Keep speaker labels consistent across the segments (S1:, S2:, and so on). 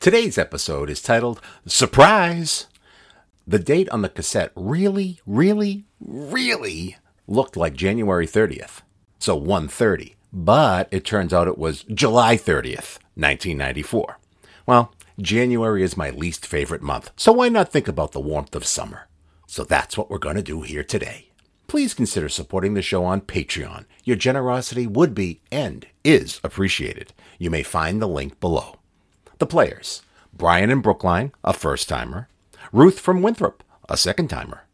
S1: Today's episode is titled Surprise! The date on the cassette really, really, really looked like January 30th. So 1:30. But it turns out it was July 30th, 1994. Well, January is my least favorite month, so why not think about the warmth of summer? So that's what we're going to do here today. Please consider supporting the show on Patreon. Your generosity would be and is appreciated. You may find the link below. The players Brian in Brookline, a first timer, Ruth from Winthrop, a second timer,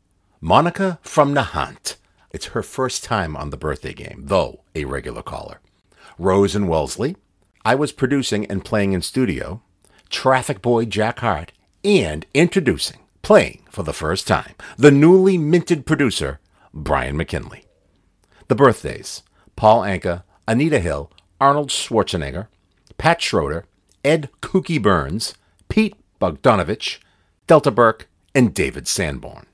S1: Monica from Nahant. It's her first time on the birthday game, though a regular caller. Rose and Wellesley. I was producing and playing in studio. Traffic Boy Jack Hart. And introducing, playing for the first time, the newly minted producer, Brian McKinley. The birthdays Paul Anka, Anita Hill, Arnold Schwarzenegger, Pat Schroeder, Ed Kookie Burns, Pete Bogdanovich, Delta Burke, and David Sanborn.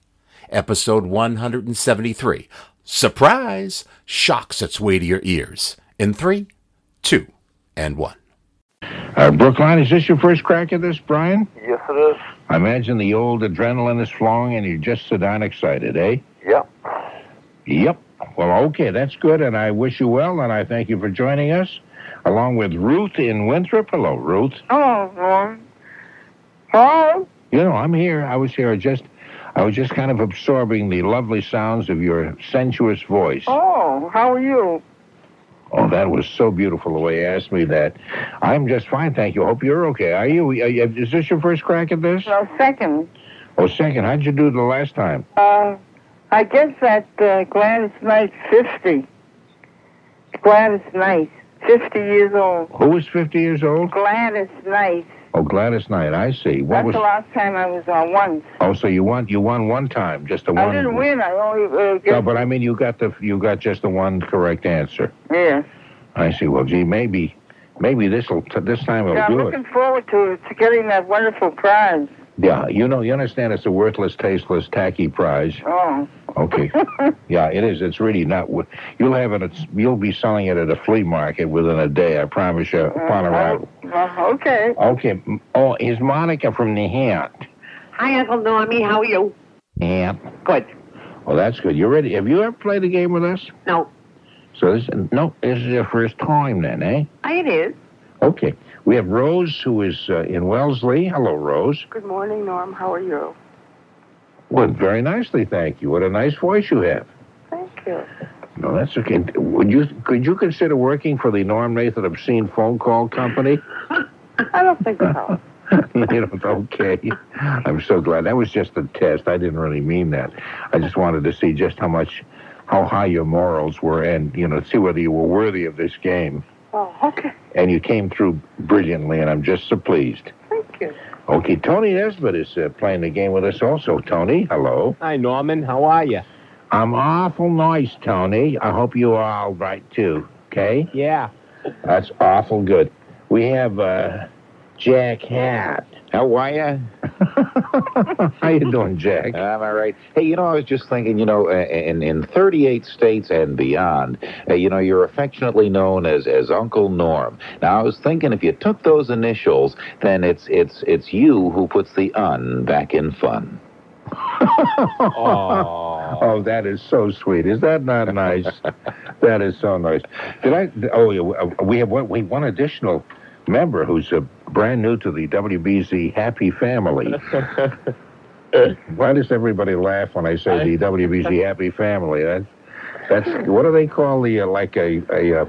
S1: Episode 173 Surprise! Shocks its way to your ears in three, two, and one.
S2: Uh, Brookline, is this your first crack at this, Brian?
S3: Yes, it is.
S2: I imagine the old adrenaline is flowing and you're just so darn excited, eh?
S3: Yep.
S2: Yep. Well, okay, that's good, and I wish you well, and I thank you for joining us, along with Ruth in Winthrop. Hello, Ruth.
S4: Hello, Norm. Hello?
S2: You know, I'm here. I was here just, I was just kind of absorbing the lovely sounds of your sensuous voice.
S4: Oh, how are you?
S2: Oh, that was so beautiful the way you asked me that. I'm just fine, thank you. Hope you're okay. Are you? are you- Is this your first crack at this?
S4: Now, second,
S2: Oh, second, how'd you do the last time?
S4: uh, I guess that uh, Gladys Knight, 50. Gladys Knight, 50 years old.
S2: Who was 50 years old?
S4: Gladys Knight.
S2: Oh, Gladys Knight. I see. What
S4: That's
S2: was?
S4: the last time I was on once.
S2: Oh, so you won? You won one time, just the one.
S4: I didn't win. I only uh,
S2: No,
S4: guess,
S2: but I mean, you got the you got just the one correct answer.
S4: yeah.
S2: I see. Well, gee, maybe, maybe this will this time it'll
S4: yeah. I'm
S2: do it.
S4: looking forward to to getting that wonderful prize.
S2: Yeah, you know, you understand it's a worthless, tasteless, tacky prize.
S4: Oh,
S2: Okay. yeah, it is. It's really not. wo- You'll have it. It's, you'll be selling it at a flea market within a day. I promise you. Upon
S4: Mm,
S2: arrival.
S4: well, uh, okay.
S2: Okay. m- Oh, is Monica from Nahant?
S5: Hi, Uncle Normie. How are you?
S2: Nahant.
S5: Good.
S2: Well, that's good. You ready? Have you ever played a game with us?
S5: No.
S2: So this no, this is your first time then, eh?
S5: It is.
S2: Okay. We have Rose, who is uh, in Wellesley. Hello, Rose.
S6: Good morning, Norm. How are you?
S2: Well, very nicely, thank you. What a nice voice you have.
S6: Thank you.
S2: No, that's okay. Would you could you consider working for the Norm Nathan Obscene Phone Call Company?
S6: I don't think so.
S2: You don't- okay. I'm so glad. That was just a test. I didn't really mean that. I just wanted to see just how much, how high your morals were, and you know, see whether you were worthy of this game.
S6: Oh, okay.
S2: And you came through brilliantly, and I'm just so pleased.
S6: Thank you.
S2: Okay, Tony Nesbitt is uh, playing the game with us also. Tony, hello.
S7: Hi, Norman. How are you?
S2: I'm awful nice, Tony. I hope you are all right, too. Okay?
S7: Yeah.
S2: That's awful good. We have uh, Jack Hat.
S7: How are you?
S2: How you doing, Jack?
S7: I'm all right. Hey, you know, I was just thinking, you know, uh, in, in 38 states and beyond, uh, you know, you're affectionately known as, as Uncle Norm. Now, I was thinking if you took those initials, then it's it's it's you who puts the un back in fun. Oh.
S2: Oh, that is so sweet. Is that not nice? that is so nice. Did I? Oh, yeah, w- uh, we have one, we one additional member who's uh, brand new to the WBZ Happy Family. Why does everybody laugh when I say the WBZ Happy Family? That, that's what do they call the uh, like a a, uh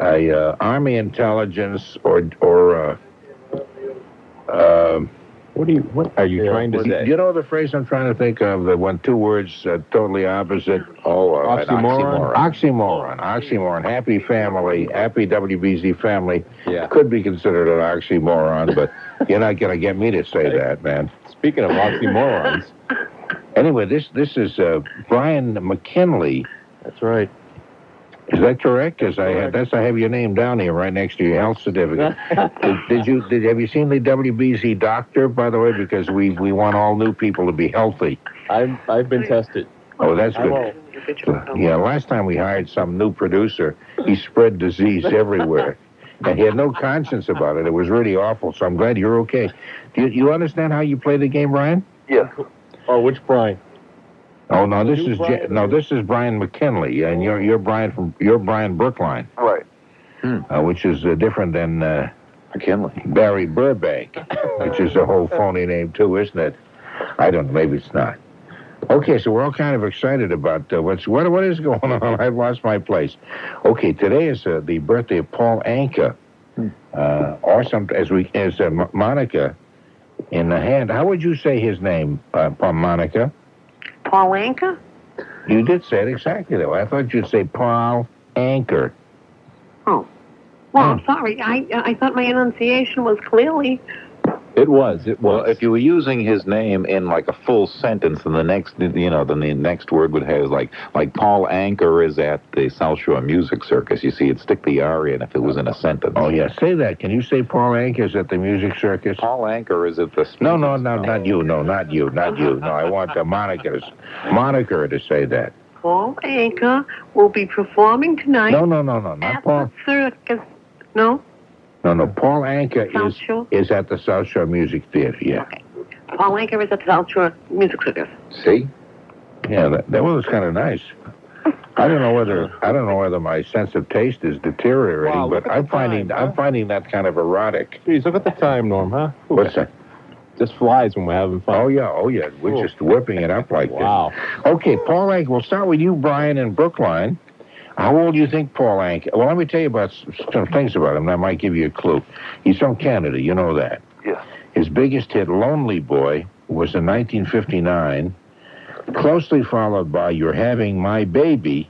S2: a uh, Army intelligence or or. Uh, um,
S7: What are you what are you trying to
S2: you know the phrase I'm trying to think of, the one, two words uh, totally opposite? Oh, uh, an
S7: Oxymoron?
S2: Oxymoron. Oxymoron. Oxymoron. Happy family, happy WBZ family.
S7: Yeah.
S2: Could be considered an oxymoron, but you're not going to get me to say that, man.
S7: Speaking of oxymorons.
S2: Anyway, this this is uh, Brian McKinley.
S7: That's right.
S2: Is that correct? As I have, that's I have your name down here, right next to your health certificate. did, did you did have you seen the WBZ doctor by the way? Because we we want all new people to be healthy.
S7: I've I've been tested.
S2: Oh, that's good.
S6: Individual
S2: Yeah, last time we hired some new producer, he spread disease everywhere. And he had no conscience about it. It was really awful. So I'm glad you're okay. Do you, you understand how you play the game, Ryan?
S3: Yes. Oh, which Brian?
S2: Oh no, this
S3: You,
S2: is Ja-
S3: Brian,
S2: no,
S3: or-
S2: this is Brian McKinley, and you're you're Brian from you're Brian Brookline,
S3: Right.
S2: uh, which is uh, different than uh,
S7: McKinley.
S2: Barry Burbank, which is a whole phony name too, isn't it? I don't. Maybe it's not. Okay, so we're all kind of excited about uh, what's what what is going on. I've lost my place. Okay, today is uh, the birthday of Paul Anka, uh, or some as we as uh, Mo- Monica in the hand. How would you say his name, uh, Paul Monica?
S5: Paulanka?
S2: You did say it exactly that way. I thought you'd say Paul Anker.
S5: Well, I'm
S2: Hmm.
S5: sorry. I uh, I thought my enunciation was clearly.
S7: It was. It was. Well, if you were using his name in like a full sentence, then the next, you know, then the next word would have like, like Paul Anker is at the South Shore Music Circus. You see, it'd stick the R in if it was in a sentence.
S2: Oh yeah, say that. Can you say Paul Anker's at the music circus?
S7: Paul Anker is at the.
S2: No, no, no, not you. No, not you. Not you. No, I want the moniker to, moniker to say that.
S5: Paul Anka will be performing tonight
S2: No, no, no, no, not
S5: at
S2: Paul.
S5: the circus. No,
S2: No, no, Paul Anker
S5: South
S2: is
S5: Shore.
S2: is at the South Shore Music Theater. Yeah,
S5: Paul Anka is at the South Shore Music Circus.
S7: See,
S2: yeah. That, that was kind of nice. I don't know whether I don't know whether my sense of taste is deteriorating,
S3: Wow, look
S2: but
S3: at
S2: I'm
S3: the time,
S2: finding
S3: huh?
S2: I'm finding that kind of erotic.
S3: Geez, look at the time, Norm, huh? Ooh,
S2: What's that?
S3: Just flies when we're having fun.
S2: Oh yeah, oh yeah. We're
S3: Cool.
S2: just whipping it up like this.
S3: wow.
S2: Okay, Paul Anka. We'll start with you, Brian, in Brookline. How old do you think Paul Anka? Well, let me tell you about s- some things about him that might give you a clue. He's from Canada, you know that.
S3: Yes.
S2: His biggest hit, "Lonely Boy," was in 1959, closely followed by "You're Having My Baby"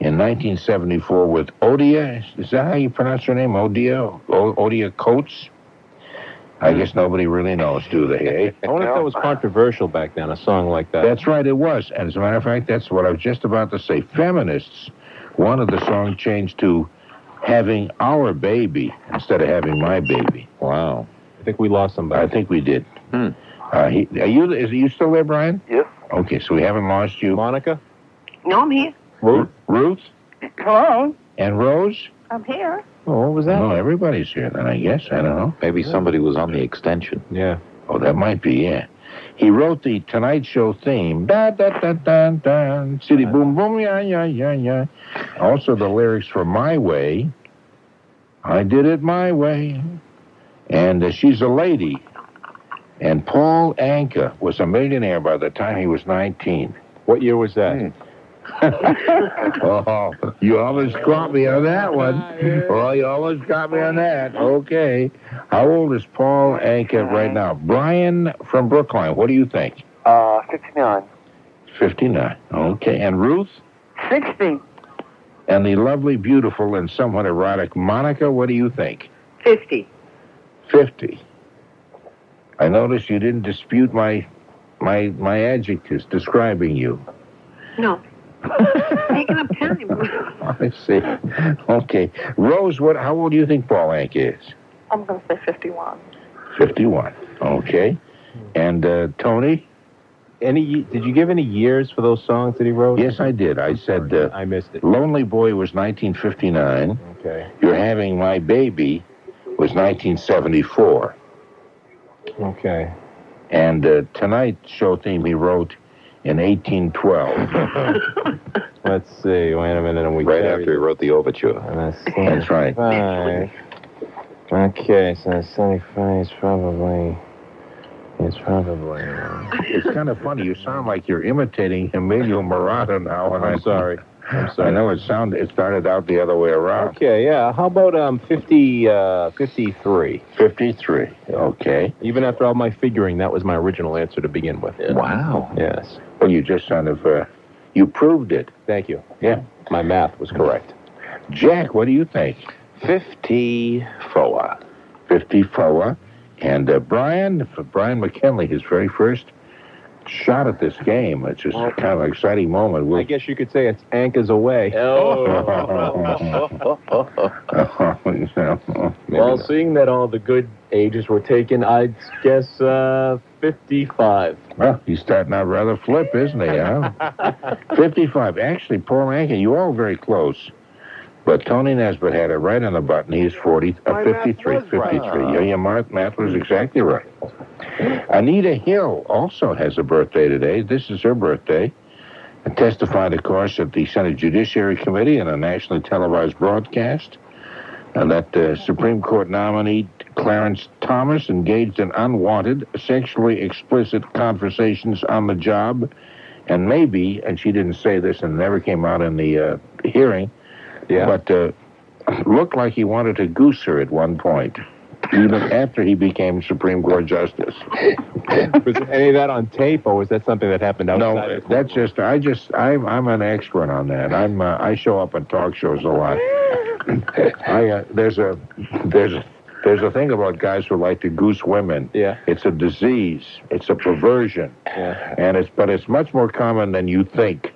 S2: in 1974 with Odia. Is that how you pronounce her name? Odia? O- Odia Coates? I guess nobody really knows, do they? Eh?
S3: I wonder if that was controversial back then, a song like that.
S2: That's right, it was. And as a matter of fact, that's what I was just about to say. Feminists wanted the song changed to having our baby instead of having my baby.
S7: wow.
S3: I think we lost
S2: I
S3: somebody.
S2: think we did.
S7: Hmm.
S2: Uh, he, are you is, are you still there, Brian?
S3: Yes.
S2: Okay, so we haven't lost you.
S3: Monica?
S5: No, I'm here.
S2: Ruth, Ruth
S6: Hello?
S2: and Rose?
S6: I'm here.
S3: Oh, what was that?
S2: No, everybody's here then, I guess. I don't know.
S7: Maybe somebody was on the extension.
S3: Yeah.
S2: Oh, that might be, yeah. He wrote the Tonight Show theme. Da da da da da. City boom boom yeah yeah yeah yeah. Also the lyrics for My Way. I did it my way. And uh, she's a lady. And Paul Anka was a millionaire by the time he was 19.
S3: What year was that?
S2: Oh, you almost caught me on that one. Well, you almost caught me on that. Okay. How old is Paul Anka right now? Brian from Brookline, what do you think?
S8: Uh, 69.
S2: 59. Okay. And Ruth?
S4: 60.
S2: And the lovely, beautiful, and somewhat erotic Monica, what do you think?
S5: Fifty.
S2: 50. I notice you didn't dispute my my my adjectives describing you.
S5: No, taking up time.
S2: I see. Okay. Rose, what how old do you think Paul Ank is?
S6: I'm going to say 51.
S2: 51. Okay. And uh, Tony?
S3: Any? ye- Did you give any years for those songs that he wrote?
S2: Yes, I did. I said uh,
S3: I missed it.
S2: Lonely Boy was 1959.
S3: Okay.
S2: You're Having My Baby was 1974.
S3: Okay.
S2: And uh, tonight show theme he wrote in 1812.
S3: Let's see. Wait a minute. And we
S7: Right
S3: carried-
S7: after he wrote the overture.
S3: And that's
S2: That's right.
S3: Five. Okay, so 75 is probably. It's probably.
S9: uh,
S2: It's kind of funny. You sound like you're imitating Emilio Morata now. And
S3: I'm sorry. I'm
S2: I
S3: sorry.
S2: know it sounded. It started out the other way around.
S3: Okay, yeah. How about um 50, uh, 53?
S2: 53. Okay.
S3: Even after all my figuring, that was my original answer to begin with.
S7: Wow.
S3: Yes.
S2: Well, you just kind of uh, you proved it.
S3: Thank you.
S2: Yeah.
S3: My math was correct.
S2: Jack, what do you think?
S7: Fifty-four.
S2: 54. And uh, Brian, Brian McKinley, his very first shot at this game. It's just kind of an exciting moment.
S3: I
S2: We'll
S3: guess you could say it's anchors away.
S2: Uh-huh,
S3: Well, seeing that all the good ages were taken, I'd guess uh, 55.
S2: Well, he's starting out rather flip, isn't he? Huh? 55. Actually, Paul Anka, you all very close. But Tony Nesbitt had it right on the button. He's 40, uh,
S10: My math
S2: 53,
S10: was right. Hmm.
S2: 53. Yeah, yeah, my math was exactly right. Anita Hill also has a birthday today. This is her birthday. And testified, of course, at the Senate Judiciary Committee in a nationally televised broadcast. And that uh, Supreme Court nominee Clarence Thomas engaged in unwanted, sexually explicit conversations on the job. And maybe, and she didn't say this and never came out in the uh, hearing,
S7: Yeah.
S2: but uh, looked like he wanted to goose her at one point, even after he became Supreme Court Justice.
S9: Was any of that on tape, or was that something that happened outside?
S2: No,
S9: of court?
S2: that's just I just I'm I'm an expert on that. I'm uh, I show up at talk shows a lot. I uh, there's a there's a, there's a thing about guys who like to goose women.
S9: Yeah.
S2: It's a disease. It's a perversion.
S9: Yeah.
S2: And it's but it's much more common than you think.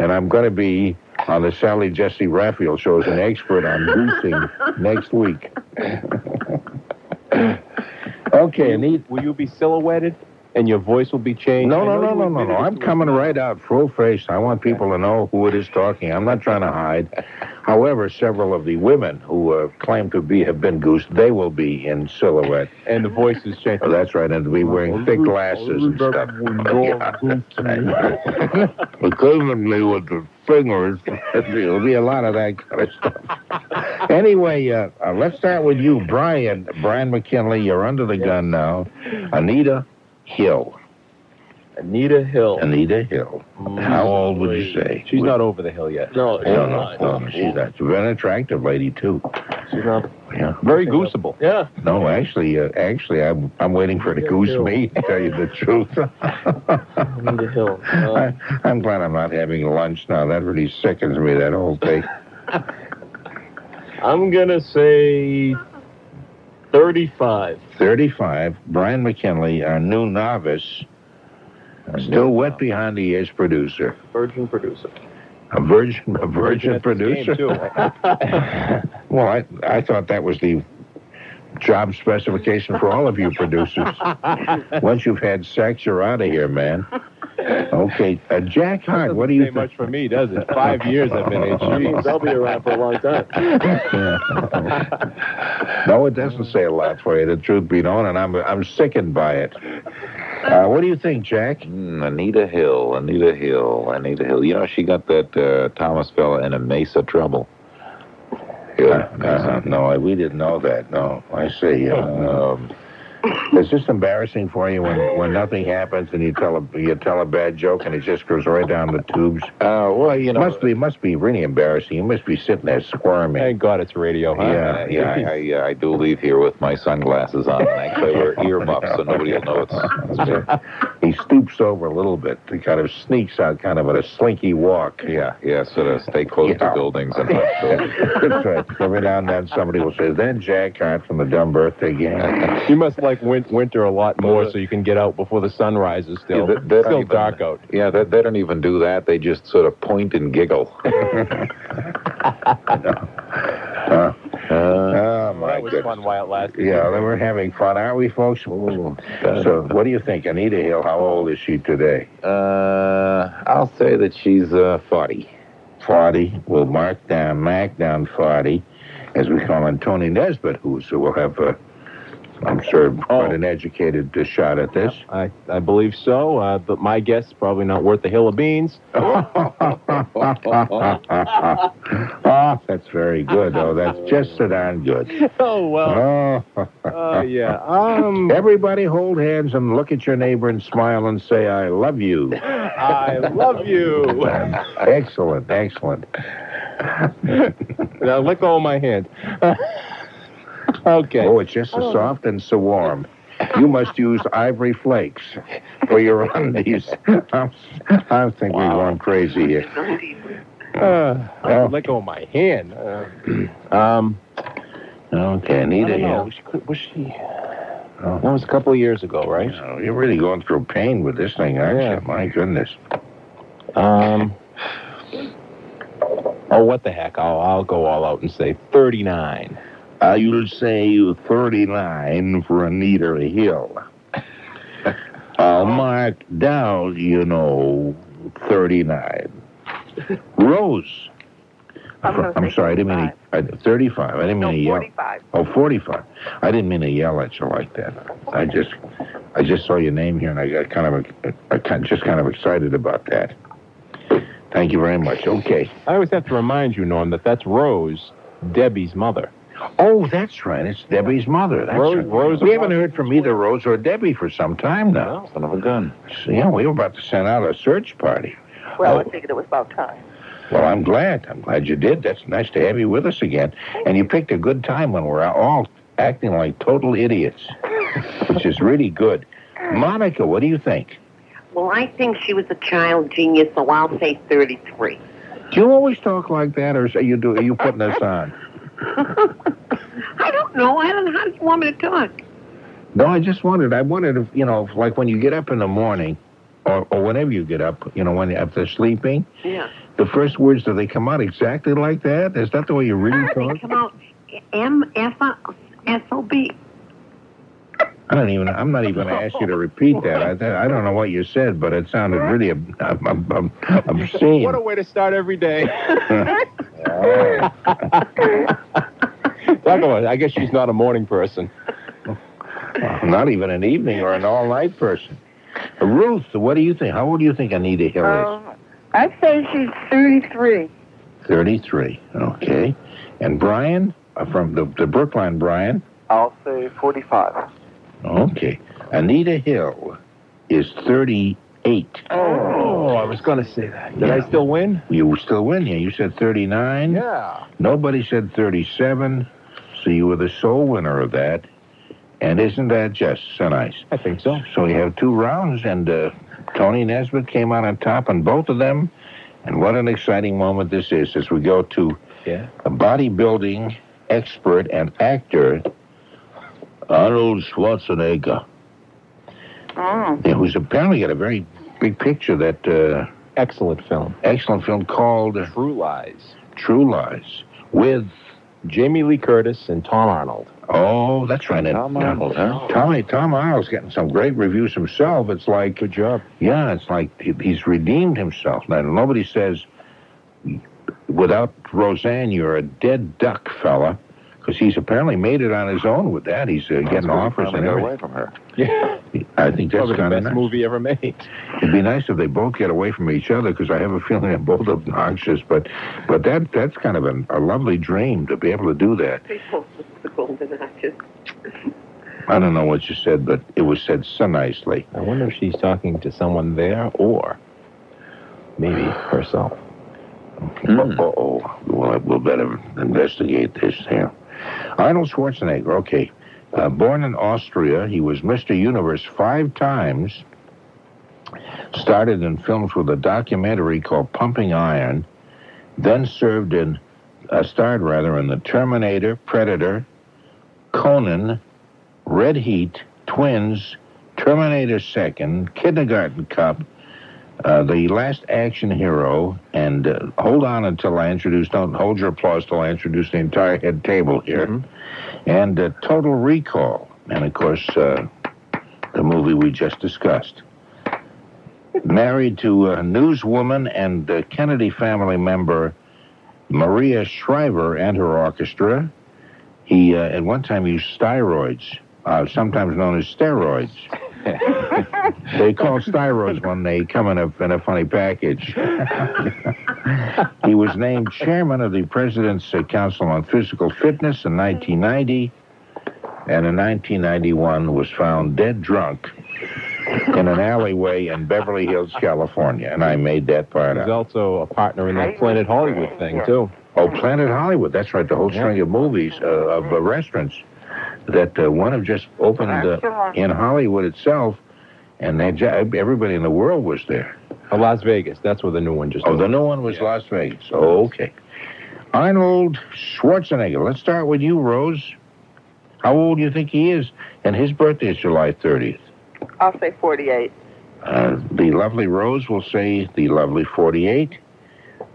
S2: And I'm going to be on the Sally Jesse Raphael show as an expert on goosing next week. okay,
S9: Will you,
S2: Anita.
S9: will you be silhouetted, and your voice will be changed?
S2: No,
S9: I
S2: no,
S9: know
S2: no, no, no,
S9: you admitted
S2: no.
S9: it
S2: I'm
S9: to
S2: coming right out, full face. I want people to know who it is talking. I'm not trying to hide. However, several of the women who uh, claim to be have been goosed, they will be in silhouette.
S9: and the voice is changed.
S2: Oh, that's right, and to be wearing thick glasses and stuff. Yeah. Including me with the fingers. There'll be a lot of that kind of stuff. Anyway, uh, uh, let's start with you, Brian. Brian McKinley, you're under the gun now. Anita Hill.
S9: Anita Hill.
S2: Anita Hill. How old would you say?
S9: Mm. She's not over the hill yet.
S6: No,
S2: I don't know. No, she's that's a very attractive lady too.
S9: She's not.
S2: Yeah.
S9: Very gooseable.
S6: Yeah.
S2: No, actually, uh, actually, I'm I'm waiting for her to goose me. To tell you the truth,
S9: Uh.
S6: Anita Hill. Uh,
S2: I, I'm glad I'm not having lunch now. That really sickens me. That whole thing.
S6: I'm gonna say 35.
S2: 35. Brian McKinley, our new novice, still wet behind the ears producer,
S6: Virgin producer.
S2: a virgin, a virgin,
S9: That's the
S2: producer.
S9: game, too.
S2: Well, I I thought that was the job specification for all of you producers. Once you've had sex, you're out of here, man. Okay, uh, Jack Hart, what do you
S9: Doesn't
S2: think?
S9: say much for me, does it? Five years I've been at
S6: Jeez, I'll be around for a long time.
S2: no, it doesn't say a lot for you. The truth be known, and I'm I'm sickened by it. Uh, what do you think, Jack?
S7: Mm, Anita Hill, Anita Hill, Anita Hill. You know, she got that uh, Thomas fella in a Mesa trouble.
S2: Yeah, uh, no, I, we didn't know that. No, I see. Uh, um, it's just embarrassing for you when, when nothing happens and you tell a you tell a bad joke and it just goes right down the tubes.
S7: Uh, well, you know,
S2: must be must be really embarrassing. You must be sitting there squirming.
S9: Thank God it's radio, huh?
S2: Yeah.
S7: Uh, yeah, I, I, uh, I do leave here with my sunglasses on, and actually I wear earmuffs, so nobody will know it's. it's me.
S2: He stoops over a little bit. He kind of sneaks out, kind of at a slinky walk.
S7: yeah, yeah, sort of stay close
S2: Yeah.
S7: to buildings and not buildings.
S2: That's right. Every now and then somebody will say, "Then Jack Hart from the Dumb Birthday Gang."
S9: You must like win- winter a lot more, so you can get out before the sun rises. Still,
S7: Yeah, that- that
S9: still
S7: don't even-
S9: dark out.
S7: Yeah, they, they don't even do that. They just sort of point and giggle. Uh-huh.
S2: Oh my
S9: That was
S2: goodness.
S9: fun while it lasted.
S2: Yeah, then we're having fun, aren't we, folks? So, what do you think, Anita Hill? How old is she today?
S7: Uh, I'll say that she's uh, 40.
S2: Forty. We'll mark down, mark down forty, as we call him, Tony Nesbitt, who so will have, uh, I'm sure,
S7: Oh.
S2: quite an educated uh, shot at this.
S9: I, I believe so, uh, but my guess is probably not worth a hill of beans.
S2: Oh, Ah, that's very good. Oh, that's just so darn good.
S9: Oh, well.
S2: Oh,
S9: Uh, yeah. Um,
S2: everybody hold hands and look at your neighbor and smile and say, I love you.
S9: I love you.
S2: excellent, excellent.
S9: Now let go of my hand. okay.
S2: Oh, it's just so soft and so warm. You must use ivory flakes for your undies. I'm, I'm thinking wow. I'm crazy here.
S9: Uh,
S2: Oh.
S9: Let go of my hand. Uh, um,
S2: Okay, Anita
S9: I don't know.
S2: Hill.
S9: She could- Was she? That was a couple of years ago, right?
S2: Oh, You're really going through pain with this thing, aren't
S9: Yeah.
S2: you? My goodness.
S9: Um. Oh, what the heck? I'll, I'll go all out and say 39.
S2: Uh, you'll say you 39 for Anita Hill. Uh, Mark Dow, you know, 39. Rose,
S6: I'm gonna
S2: I'm
S6: say
S2: sorry, I didn't mean to, I, 35. I didn't mean
S6: No,
S2: to yell.
S6: 45.
S2: Oh, 45. I didn't mean to yell at you like that. I just, I just saw your name here, and I got kind of, I kind- just kind of excited about that. Thank you very much. Okay.
S9: I always have to remind you, Norm, that that's Rose, Debbie's mother.
S2: Oh, that's right. It's Debbie's mother. That's
S9: Rose-
S2: right.
S9: Rose-
S2: we haven't heard from either Rose or Debbie for some time now.
S7: Son of a gun.
S2: So, yeah, we were about to send out a search party.
S6: Well,
S2: Oh.
S6: I figured it was about time.
S2: Well, I'm glad. I'm glad you did. That's nice to have you with us again. And you picked a good time when we're all acting like total idiots, which is really good. Monica, what do you think?
S5: Well, I think she was a child genius, so I'll say 33.
S2: Do you always talk like that, or are you do? Are you putting us on?
S5: I don't know. I don't know. How do you want me to talk?
S2: No, I just wondered. I wondered if you know, if, like when you get up in the morning, or or whenever you get up, you know, when after sleeping,
S5: Yeah.
S2: the first words do they come out exactly like that? Is that the way you really
S5: They
S2: talk?
S5: come out M F S O B.
S2: I don't even. I'm not even going to ask you to repeat that. I, that- I don't know what you said, but it sounded really ob- ob- ob- ob- obscene.
S9: What a way to start every day.
S2: Oh.
S9: Talk about it. I guess she's not a morning person.
S2: not even an evening or an all-night person. Ruth, what do you think? How old do you think Anita Hill
S9: Oh.
S2: is?
S4: Um, I'd say she's 33.
S2: Thirty-three. Okay. And Brian uh, from the the Brookline, Brian.
S3: I'll say 45.
S2: Okay. Anita Hill is thirty-eight.
S9: Oh, I was going to say that. Did I still win?
S2: You still win here. You said thirty-nine.
S9: Yeah.
S2: Nobody said 37, so you were the sole winner of that. And isn't that just so nice?
S9: I think so.
S2: So you have two rounds, and uh, Tony Nesbitt came out on top on both of them. And what an exciting moment this is as we go to
S9: Yeah.
S2: a bodybuilding expert and actor, Arnold Schwarzenegger,
S4: Oh.
S2: yeah, who's apparently got a very big picture that uh,
S9: Excellent film.
S2: excellent film called
S9: True Lies.
S2: True Lies with,
S9: Jamie Lee Curtis and Tom Arnold.
S2: oh, that's right. and-
S7: Tom Arnold, huh?
S2: Tommy Tom Arnold's getting some great reviews himself. It's like
S9: Good job.
S2: yeah, it's like he- he's redeemed himself. Now nobody says without Roseanne you're a dead duck, fella, because he's apparently made it on his own with that. He's uh, getting offers and
S7: got
S2: everything.
S7: away from her.
S9: Yeah.
S2: I think that's
S9: Probably the
S2: kind of
S9: best
S2: nice.
S9: movie ever made.
S2: It'd be nice if they both get away from each other because I have a feeling they're both obnoxious. But but that that's kind of an, a lovely dream to be able to do that.
S5: People with the golden arches.
S2: I don't know what you said, but it was said so nicely.
S9: I wonder if she's talking to someone there or maybe herself.
S7: Mm.
S2: Uh oh. Well, we'll better investigate this here. Arnold Schwarzenegger, okay. Uh, born in Austria, he was Mr. Universe five times. Started in films with a documentary called Pumping Iron, then served in, uh, starred rather, in The Terminator, Predator, Conan, Red Heat, Twins, Terminator Second, Kindergarten Cup, uh, the last action hero, and uh, hold on until I introduce, don't hold your applause till I introduce the entire head table here, and uh, Total Recall, and of course, uh, the movie we just discussed. Married to a newswoman and uh, Kennedy family member Maria Shriver and her orchestra, he uh, at one time used steroids, uh, sometimes known as steroids. They call styros when they come in a, in a funny package. he was named chairman of the President's uh, Council on Physical Fitness in 1990, and in 1991 was found dead drunk in an alleyway in Beverly Hills, California. And I made that part
S9: She's
S2: up.
S9: also a partner in that Planet Hollywood thing, too.
S2: Oh, Planet Hollywood. That's right. The whole string of movies, uh, of uh, restaurants that uh, one have just opened uh, in Hollywood itself, and they, ju- everybody in the world was there.
S9: Oh, Las Vegas. That's where the new one just
S2: Oh, the
S9: opened.
S2: new one was Las Vegas. Oh, okay. Arnold Schwarzenegger. Let's start with you, Rose. How old do you think he is? And his birthday is July 30th.
S6: I'll say 48.
S2: Uh, the lovely Rose will say the lovely 48.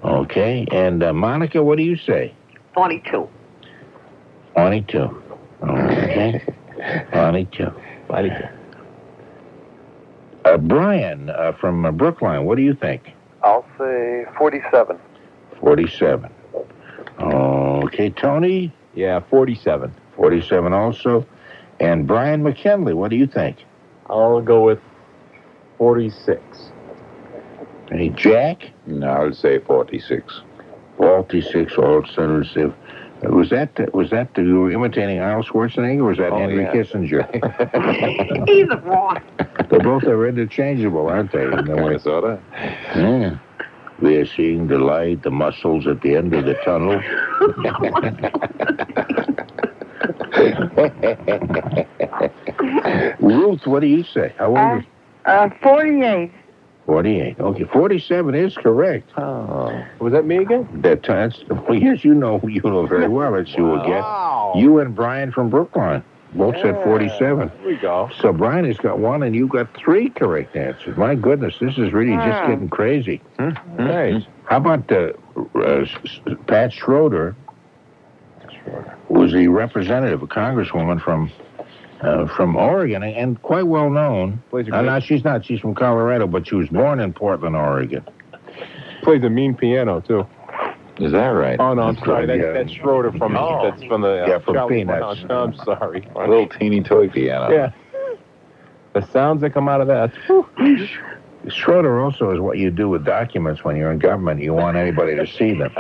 S2: Okay. And uh, Monica, what do you say?
S5: 42.
S2: 22. Okay. 22. Uh, Brian uh, from uh, Brookline, what do you think?
S3: I'll say 47.
S2: 47. Okay, Tony,
S9: Yeah, 47.
S2: 47 also. And Brian McKinley, what do you think?
S8: I'll go with 46.
S2: Hey, Jack?
S7: No, I would say 46.
S2: 46 all centers. If, Uh, was that, the- was that, the, you were imitating Arnold Schwarzenegger or was that
S7: Oh,
S2: Henry
S7: yeah.
S2: Kissinger?
S5: Either one.
S2: They're both are interchangeable, aren't they? In a way.
S7: Minnesota?
S2: Yeah. We are seeing the light, the muscles at the end of the tunnel. Ruth, what do you say? How old
S4: Uh,
S2: is
S4: uh, 48.
S2: 48? Okay, 47 is correct.
S9: Oh.
S8: Was that me again?
S2: That times, well, yes, you know, you know very well it's you again.
S7: Wow.
S2: You and Brian from Brookline both said 47.
S8: There we go.
S2: So Brian has got one, and you've got three correct answers. My goodness, this is really just
S4: Wow.
S2: getting crazy.
S9: Nice.
S2: How about uh, uh, S- S- Pat Schroeder? Was the representative, a congresswoman from uh, from Oregon, and quite well known.
S9: Plays a,
S2: Uh,
S9: great,
S2: no, she's not. She's from Colorado, but she was born in Portland, Oregon.
S9: plays a mean piano, too.
S7: Is that right?
S9: Oh, no, I'm sorry. That's,
S2: Yeah.
S9: that's Schroeder from,
S6: Oh.
S9: that's from the... Uh,
S2: Yeah, from
S9: Child
S2: Peanuts.
S9: Porn. I'm sorry.
S7: A little teeny toy piano.
S9: Yeah. The sounds that come out of that.
S2: Schroeder also is what you do with documents when you're in government. You want anybody to see them.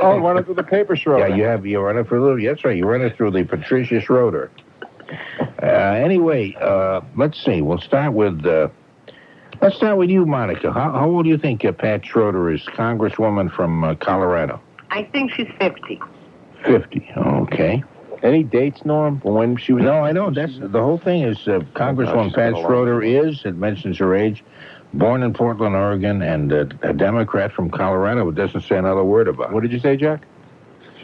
S9: Oh, run it through the paper shredder.
S2: Yeah, you have you run it through the that's right, you run it through the Patricia Schroeder. Uh, anyway, uh, let's see. We'll start with uh, let's start with you, Monica. How, how old do you think uh, Pat Schroeder is? Congresswoman from uh, Colorado,
S5: I think she's 50.
S2: fifty. Okay.
S9: Any dates, Norm, for when she was...
S2: No, I know that's the whole thing is uh, Congresswoman
S7: it's
S2: Pat
S7: been a long
S2: Schroeder is it mentions her age, born in Portland, Oregon, and uh, a Democrat from Colorado. It doesn't say another word about.
S9: What did you say, Jack?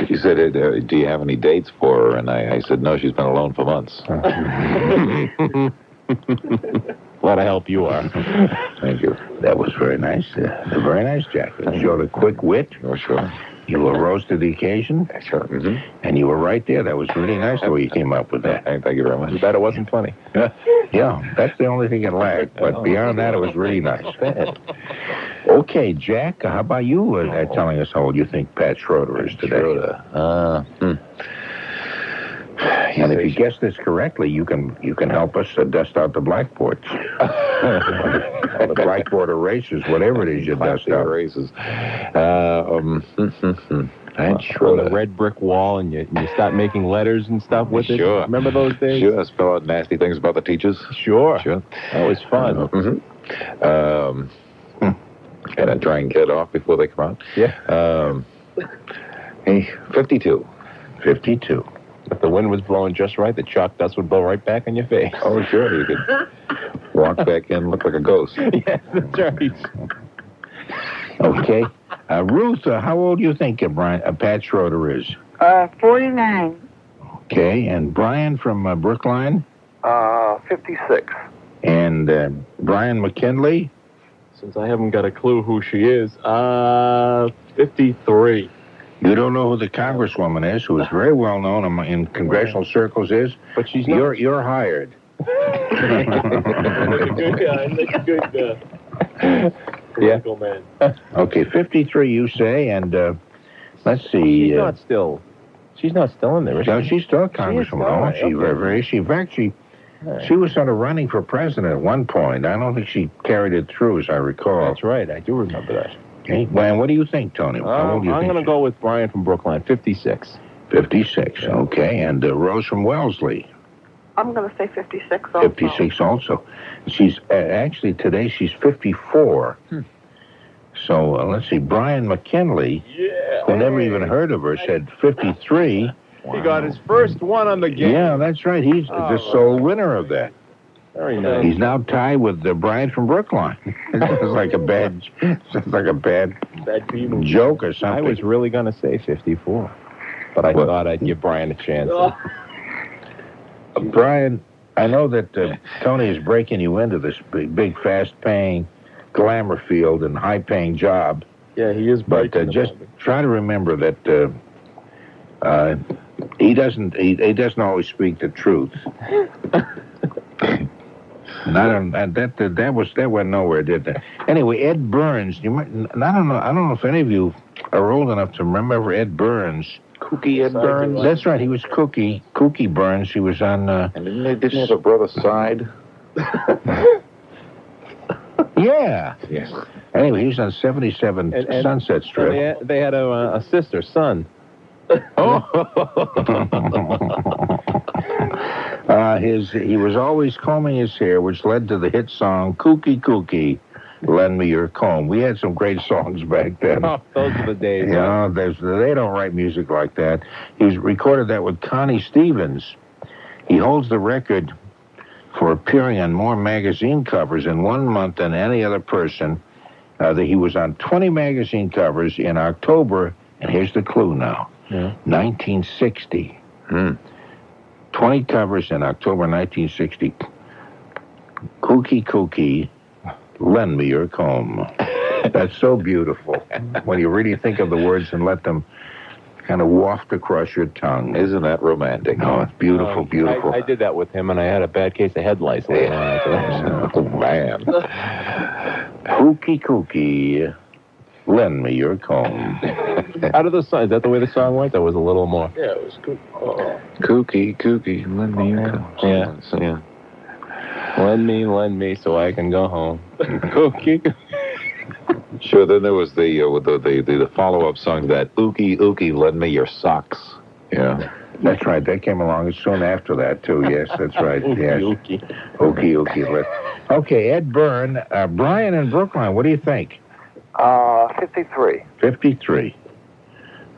S7: She said, uh, do you have any dates for her? And I, I said, no, she's been alone for months.
S9: A lot of help you are.
S2: Thank you. That was very nice. Uh, very nice, Jack. It showed a quick wit.
S7: Oh, sure.
S2: You were rose to the occasion,
S7: Sure. Mm-hmm.
S2: and you were right there. That was really nice the way you came up with that.
S7: Thank you very
S9: You
S7: much.
S9: bet it wasn't funny.
S2: Yeah, that's the only thing it lacked. But beyond that, it was really nice. Okay, Jack, how about you uh, uh, telling us how old you think Pat Schroeder is today?
S7: Schroeder. Uh, hmm.
S2: And if you guess this correctly, you can you can help us uh, dust out the blackboards, or the blackboard erasers, whatever it is you
S7: Class
S2: dust
S7: A
S2: out.
S7: races. Uh, um, Pat
S9: on a
S7: Schroeder.
S9: red brick wall and you, and you start making letters and stuff with it.
S7: Sure.
S9: Remember those days?
S7: Sure, I spell out nasty things about the teachers.
S9: Sure.
S7: Sure.
S9: That was fun.
S7: Mm-hmm. Um, and I try and get it off before they come out.
S9: Yeah.
S7: Um, hey, 52.
S2: Fifty-two.
S9: If the wind was blowing just right, the chalk dust would blow right back on your face.
S7: Oh, sure. You could walk back in, look like a ghost.
S9: yes, that's right.
S2: Okay, uh, Ruth, uh, how old do you think uh, Brian, uh, Pat Schroeder is?
S4: Uh, 49.
S2: Okay, and Brian from uh, Brookline.
S6: Uh, 56.
S2: and uh, Brian McKinley.
S8: Since I haven't got a clue who she is, uh, 53.
S2: You don't know who the congresswoman is, who is very well known in, in congressional circles. Is
S8: But she's not.
S2: you're you're hired.
S8: That's a good, uh, that's a good, uh, political man.
S2: okay, fifty-three, you say, and uh, let's
S9: She's
S2: see. Uh,
S9: not still. She's not still in there. Is she?
S2: no, she's still a congresswoman.
S9: not,
S2: She, oh, she
S9: okay.
S2: very, very. She, in fact, she
S9: Alright.
S2: she was sort of running for president at one point. I don't think she carried it through, as I recall.
S9: That's right. I do remember that.
S2: Okay, well, what do you think, Tony? How old
S9: Um,
S2: do you
S9: I'm
S2: think
S9: going to
S2: she-
S9: go with Brian from Brookline, 56.
S2: Fifty-six. Okay, and uh, Rose from Wellesley.
S6: I'm going to say 56 also.
S2: 56 also. She's uh, actually today she's 54.
S9: Hmm.
S2: So uh, let's see, Brian McKinley,
S8: Yeah.
S2: who never even heard of her, said 53.
S8: He got his first one on the game.
S2: Yeah, that's right. He's the sole winner of that.
S9: Oh, Very nice.
S2: He's now tied with uh, Brian from Brookline. sounds like a bad, sounds like a bad
S8: That team.
S2: joke or something.
S9: I was really going to say 54, but I
S7: Well-
S9: thought I'd give Brian a chance.
S8: Oh,
S2: Uh, Brian, I know that uh, Tony is breaking you into this big, big fast-paying, glamour field and high-paying job.
S8: yeah, he is
S2: But uh,
S8: breaking the
S2: just
S8: bubble.
S2: try to remember that uh, uh, he doesn't he, he doesn't always speak the truth. And I don't that, that that that was that went nowhere, did that? Anyway, Ed Burns. You might. And I don't know. I don't know if any of you. are old enough to remember Ed Burns.
S7: Kooky Ed
S3: Side
S7: Burns.
S3: Burns.
S2: That's right. He was Cookie. Cookie Burns. He was on. Uh,
S7: And didn't they, didn't they have a brother side?
S2: yeah.
S7: Yes.
S2: Anyway, he was on 77
S9: And- and-
S2: Sunset
S9: So
S2: Strip.
S9: they had, they had a, uh, a sister, son.
S2: uh, his he was always combing his hair, which led to the hit song "Kooky Kooky." Lend me your comb. We had some great songs back then.
S9: Oh, those are the days. uh,
S2: You know, there's, they don't write music like that. He was, recorded that with Connie Stevens. He holds the record for appearing on more magazine covers in one month than any other person. Uh, that he was on 20 magazine covers in October, and here's the clue now.
S9: Yeah.
S2: 1960.
S7: Hmm.
S2: 20 covers in October 1960. Kooky Kooky, lend me your comb. That's so beautiful when you really think of the words and let them kind of waft across your tongue.
S7: Isn't that romantic?
S2: Oh, it's beautiful,
S9: Um,
S2: beautiful.
S9: I, I did that with him, and I had a bad case of head lice.
S2: Yeah.
S7: Oh, man.
S2: Kooky Kooky, lend me your comb.
S9: Out of the song, is that the way the song went? That was a little more.
S3: Yeah, it was good. Oh,
S7: Kooky, kooky, lend me your comb.
S9: Yeah.
S7: So, yeah.
S9: Lend me, lend me, so I can go home. Cookie.
S7: Sure. Then there was the uh, the the, the follow up song to that "Ookie Ookie, lend me your socks." Yeah.
S2: That's right. That came along soon after that, too. Yes, that's right. Yes. Okey dokey. Let- Okay, Ed Byrne, uh, Brian in Brookline, what do you think?
S6: Uh, 53.
S2: 53.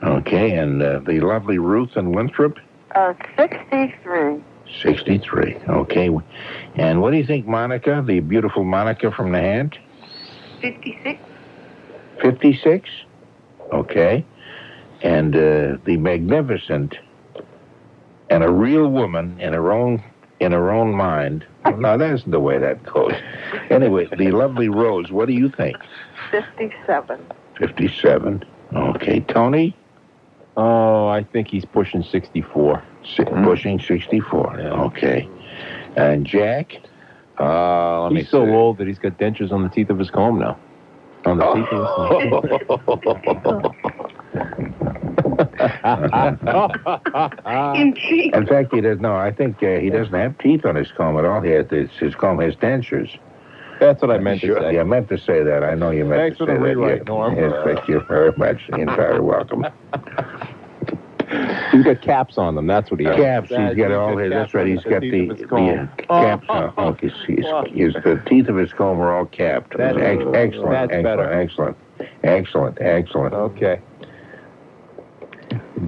S2: Okay, and uh, the lovely Ruth in Winthrop,
S4: Uh, 63.
S2: 63. Okay, and what do you think, Monica, the beautiful Monica from the hand?
S5: 56.
S2: 56. Okay, and uh, the magnificent and a real woman in her own in her own mind. No, that's the way that goes. Anyway, the lovely Rose, what do you think?
S6: 57.
S2: 57. Okay, Tony?
S9: Oh, I think he's pushing 64.
S2: Si- Pushing 64. Okay. And Jack?
S7: Uh, let me
S9: he's so
S7: see.
S9: old that he's got dentures on the teeth of his comb now. On the
S2: Oh.
S9: teeth of his
S5: Uh, in cheek.
S2: In fact, he does. No, I think uh, he doesn't have teeth on his comb at all. He has his, his comb has dentures.
S9: That's what I meant to say.
S2: Yeah, I meant to say that. I know you meant
S9: Thanks
S2: to
S9: for
S2: say
S9: the
S2: that.
S9: rewrite,
S2: yeah.
S9: Norm.
S2: Yes, thank you very much. You're very welcome.
S9: He's got caps on them. That's what he has.
S2: Caps. He's got all his. That's right. He's got the, the uh, caps on.
S9: Oh,
S2: Okay, his, his, the teeth of his comb are all capped.
S9: That's-
S2: Ex- excellent.
S9: that's
S2: excellent,
S9: better.
S2: Excellent. Excellent. Excellent.
S9: Okay.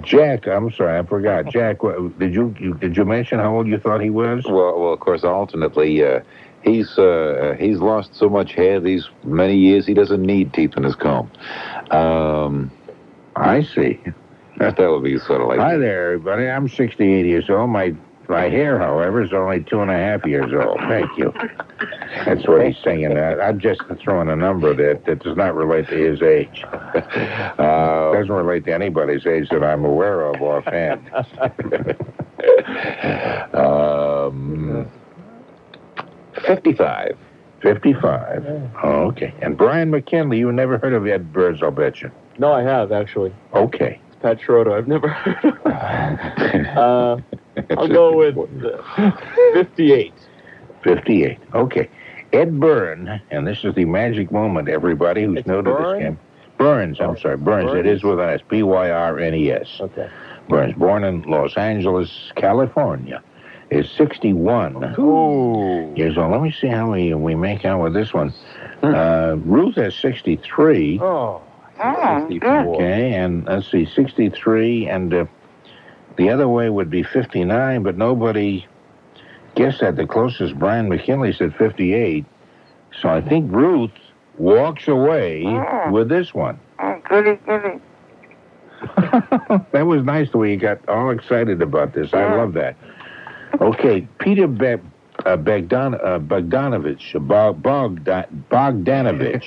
S2: Jack, I'm sorry, I forgot. Jack, wha- did you, you did you mention how old you thought he was?
S7: Well, well, of course, alternately, uh, he's uh, he's lost so much hair these many years, he doesn't need teeth in his comb. Um,
S2: I see.
S7: that would be sort of like.
S2: Hi there, everybody. I'm 68 years old. My my hair, however, is only two and a half years old. Thank you. That's what he's singing. At. I'm just throwing a number that that does not relate to his age.
S7: Uh,
S2: Doesn't relate to anybody's age that I'm aware of offhand.
S7: um, Fifty-five.
S2: 55. Oh, okay. And Brian McKinley, you never heard of Ed Burns, I'll bet you.
S3: No, I have actually.
S2: Okay.
S3: It's Pat Schroeder. I've never heard. Of him. Uh, I'll go with uh, 58.
S2: 58. Okay. Ed Byrne, and this is the magic moment, everybody who's
S3: It's
S2: new to this
S3: Byrne?
S2: game. Burns, I'm sorry, Burns. It is with us. B Y R N E S.
S3: Okay.
S2: Burns, born in Los Angeles, California, is 61
S9: Ooh.
S2: years old. Let me see how we we make out with this one. Uh, Ruth has 63.
S9: Oh.
S4: Ah, good.
S2: Okay, and let's see, 63, and uh, the other way would be 59, but nobody guessed that. The closest, Brian McKinley said 58. So I think Ruth walks away
S4: Ah.
S2: with this one.
S4: Oh, goody, goody.
S2: that was nice the way you got all excited about this. I
S4: Yeah.
S2: love that. Okay, Peter Be- uh, Bogdan- uh, Bogdanovich, Bog- Bogdan- Bogdanovich.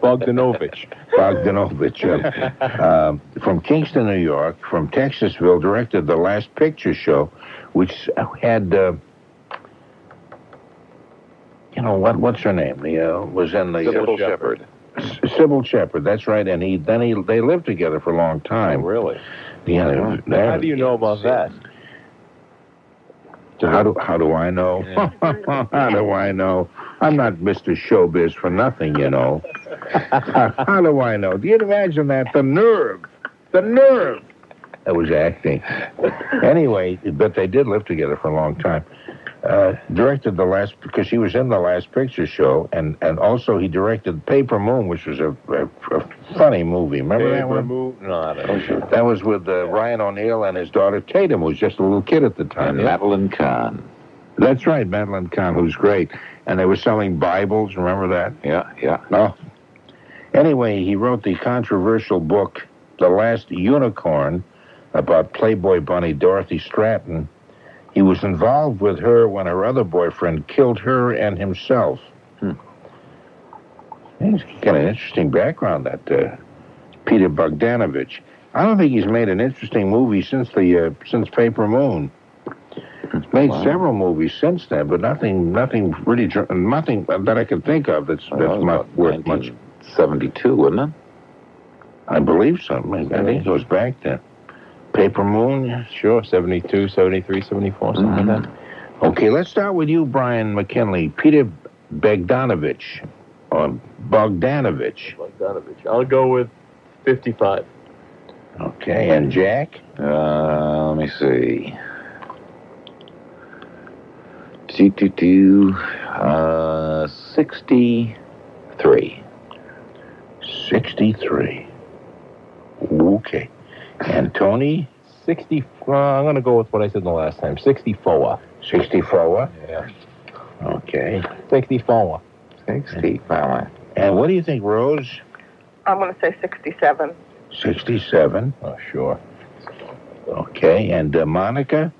S9: Bogdanovich.
S2: Bogdanovich uh, um, from Kingston, New York, from Texasville, directed the last picture show, which had, uh, you know, what what's her name? The uh, was in the
S7: The Little Shepherd.
S2: Sybil Shepherd. That's right. And he then he they lived together for a long time.
S9: really?
S2: Yeah. they were- they-
S9: How do you know about that?
S2: How do how do I know? how do I know? I'm not Mr. Showbiz for nothing, you know. how do I know? Do you imagine that? The nerve, the nerve. That was acting. anyway, but they did live together for a long time. Uh, directed the last because he was in the last picture show, and and also he directed Paper Moon, which was a, a, a funny movie. Remember that one?
S9: Move? No, I don't know.
S2: That was with uh, Ryan O'Neal and his daughter Tatum, who was just a little kid at the time.
S7: And Madeline Kahn.
S2: That's right, Madeline Kahn, who's great. And they were selling Bibles, remember that?
S7: Yeah, yeah.
S2: No. Anyway, he wrote the controversial book, The Last Unicorn, about Playboy bunny Dorothy Stratton. He was involved with her when her other boyfriend killed her and himself. He's got an interesting background, that uh, Peter Bogdanovich. I don't think he's made an interesting movie since the uh, since Paper Moon. He's made
S7: Wow.
S2: several movies since then, but nothing, nothing really, dr- nothing that I can think of that's
S7: Well, that
S2: that's
S7: was
S2: not
S7: Oh, about
S2: worth much.
S7: 72, wasn't it?
S2: I believe so. I think it goes back to Paper Moon. yeah, Sure.
S9: Sure, 72, 73, 74, something like that.
S7: Mm-hmm.
S2: Okay, let's start with you, Brian McKinley. Peter Bogdanovich, or Bogdanovich.
S8: Bogdanovich. I'll go with 55.
S2: Okay, and Jack.
S7: Uh, let me see. Do, do, do. Uh, 63.
S2: 63. Okay. And Tony,
S9: 60, uh, I'm going to go with what I said the last time 64.
S2: 64.
S9: Yeah.
S2: Okay.
S9: 64.
S7: 60. Wow.
S2: And what do you think, Rose?
S6: I'm going to say 67.
S2: 67.
S9: Oh, sure.
S2: Okay. And uh, Monica?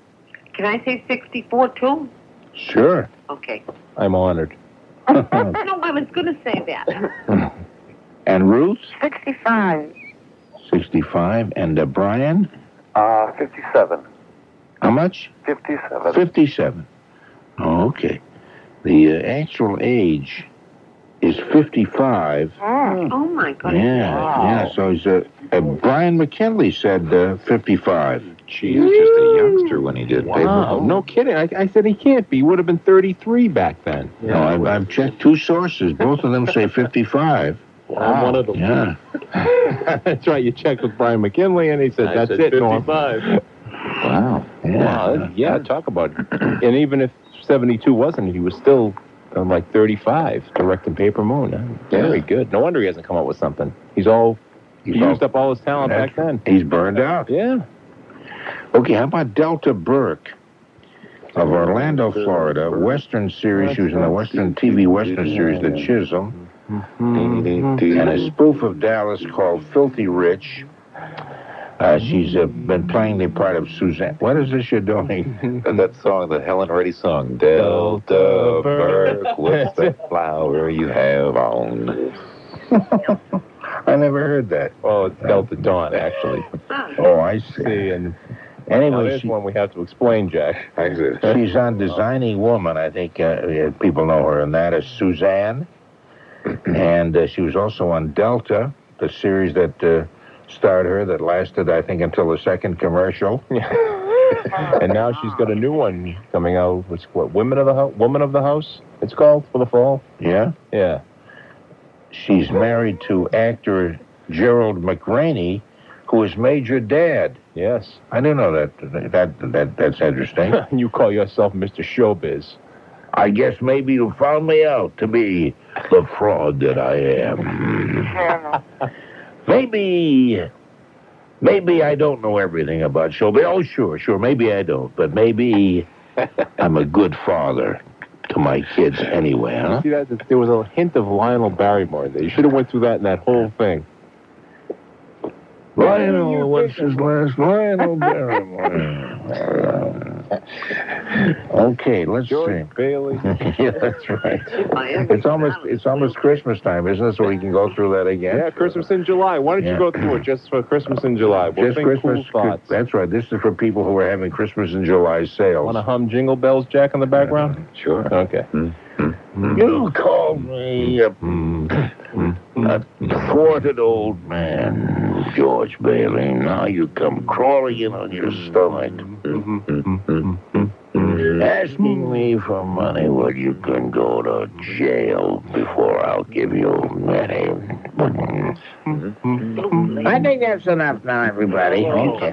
S5: Can I say 64 too?
S2: Sure.
S5: Okay.
S9: I'm honored.
S5: No, I was going to say that.
S2: and Ruth?
S4: 65.
S2: 65. And uh, Brian?
S6: Uh, 57.
S2: How much?
S6: 57.
S2: 57. Oh, okay. The uh, actual age is 55.
S5: Oh my
S2: Yeah,
S5: goodness.
S2: yeah. So he's, uh, uh, Brian McKinley said uh, 55.
S7: Gee, he was just a youngster when he did
S3: Oh.
S9: Wow. No kidding. I, I said he can't be. He would have been 33 back then.
S2: No, I've, I've checked two sources. Both of them say 55.
S8: I'm one of them.
S2: Yeah.
S9: that's right. You checked with Brian McKinley, and he said,
S8: I
S9: that's
S8: said
S9: it, Norm.
S8: 55.
S7: Paper. Wow.
S2: Yeah.
S9: Wow, that's- yeah, talk about it. And even if 72 wasn't, he was still uh, like 35 directing Paper Moon. huh? Very good. No wonder he hasn't come up with something. He's all he
S2: He's all-
S9: used up all his talent back then.
S2: He's burned out.
S9: Yeah.
S2: Okay, how about Delta Burke of Orlando, Florida? Western series. She was in the Western TV Western series, The Chisholm, Mm-hmm.
S9: Mm-hmm.
S2: and a spoof of Dallas called Filthy Rich. Uh, she's uh, been playing the part of Suzanne. What is this you're doing?
S7: And that song, that Helen Reddy song, Delta Burke, what's that flower you have on?
S2: I never heard that.
S9: Oh, it's Delta Dawn, actually.
S2: Oh, I see.
S9: See, and now
S2: Anyway,
S9: there's
S2: she,
S9: one we have to explain, Jack.
S2: she's on Designing Woman. I think uh, yeah, people know her, and that is Suzanne. And uh, she was also on Delta, the series that uh, starred her, that lasted, I think, until the second commercial.
S9: and now she's got a new one coming out. What's what? Women of the House? Woman of the House? It's called for the fall.
S2: Yeah.
S9: Yeah.
S2: She's married to actor Gerald McRaney, who is Major Dad.
S9: Yes.
S2: I didn't know that. That that that's interesting.
S9: you call yourself Mr. Showbiz.
S2: I guess maybe you found me out to be the fraud that I am.
S4: Colonel.
S2: Maybe, maybe I don't know everything about showbiz. Oh, sure, sure. Maybe I don't, but maybe I'm a good father to my kids anyway. Huh?
S9: See that? There was a hint of Lionel Barrymore there. You should have went through that in that whole thing.
S2: Lionel, what's his last? Oh, Lionel Barrymore. okay, let's see.
S9: George Bailey.
S2: yeah, that's right.
S5: I am
S2: It's almost it's almost Christmas time, isn't it? So we can go through that again.
S9: Yeah, Christmas in July. Why don't
S2: Yeah.
S9: you go through it just for Christmas in July? We'll
S2: Just
S9: think
S2: Christmas.
S9: cool thoughts.
S2: That's right. This is for people who are having Christmas in July sales.
S9: Want to hum Jingle Bells, Jack, in the background?
S7: Sure.
S9: Okay.
S2: You called me. a-
S7: Mm-hmm.
S2: A thwarted old man, George Bailey. Now you come crawling in on your stomach.
S7: Mm-hmm.
S2: Asking me for money, well, you can go to jail before I'll give you money. I think that's enough now, everybody. Okay.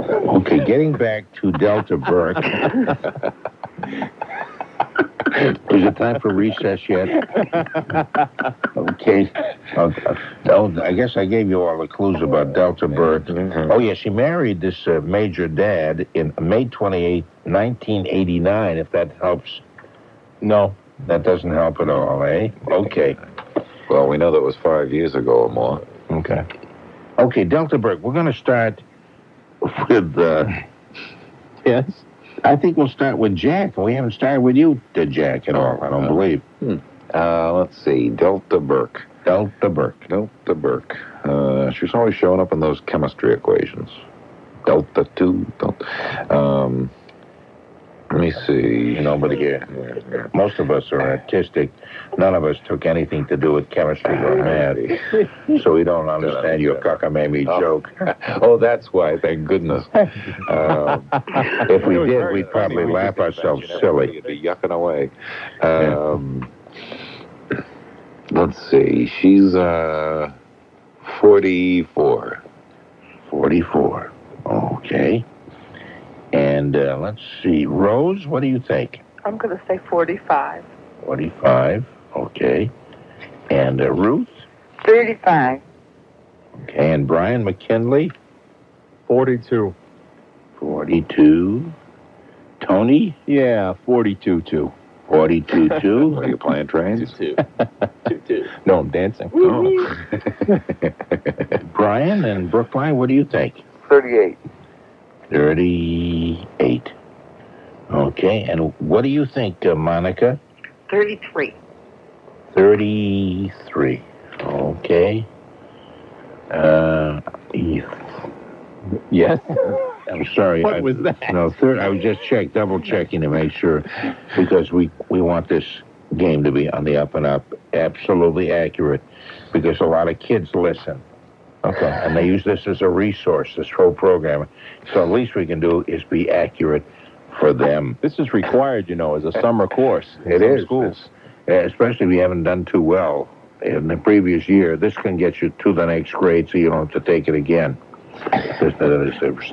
S7: Okay, getting back to Delta Burke.
S2: Is it time for recess yet? okay. Uh, uh, oh, I guess I gave you all the clues about Delta Bird. Oh, yeah, she married this uh, Major Dad in May 28, 1989, if that helps. No, that doesn't help at all, eh? Okay.
S7: Well, we know that was five years ago or more.
S2: Okay. Okay, Delta Burke, we're going to start with. Uh,
S9: Yes.
S2: I think we'll start with Jack. We haven't started with you, uh, Jack, at all, I don't believe.
S7: Uh, let's see, Delta Burke.
S2: Delta Burke.
S7: Delta Burke. Uh, she's always showing up in those chemistry equations. Delta 2, Delta. Um, let me see.
S2: You know, but again, most of us are artistic. None of us took anything to do with chemistry or math, so we don't understand your cockamamie
S7: Oh.
S2: joke.
S7: Oh, that's why. Thank goodness. Um, if we
S2: It was
S7: did,
S2: very
S7: we'd probably
S2: funny. We
S7: laugh
S2: could
S7: ourselves
S2: imagine
S7: silly. You'd be yucking away. Um, Let's see. She's uh, 44.
S2: Forty-four. Okay. And uh, let's see, Rose. What do you think?
S6: I'm going to say 45.
S2: Forty-five. Okay. And uh, Ruth.
S4: 35.
S2: Okay. And Brian McKinley.
S8: 42.
S2: Forty-two. Tony.
S9: Yeah, 42 too.
S2: Forty-two
S7: What
S2: too.
S7: are you playing trains?
S3: Two, two, two.
S9: No, I'm dancing.
S7: Oh.
S2: Brian and Brookline. What do you think?
S6: 38.
S2: 38. Okay, and what do you think, uh, Monica?
S5: 33.
S2: 33. Okay. Uh, e-
S9: Yes.
S2: I'm sorry. I,
S9: What was that?
S2: No, third. I was just check, double checking to make sure, because we we want this game to be on the up and up, absolutely accurate, because a lot of kids listen. Okay, and they use this as a resource, this whole program. So at least we can do is be accurate for them.
S9: This is required, you know, as a summer course. in
S2: It
S9: some
S2: is.
S9: Schools.
S2: Uh, especially if you haven't done too well in the previous year. This can get you to the next grade, so you don't have to take it again. Just, uh,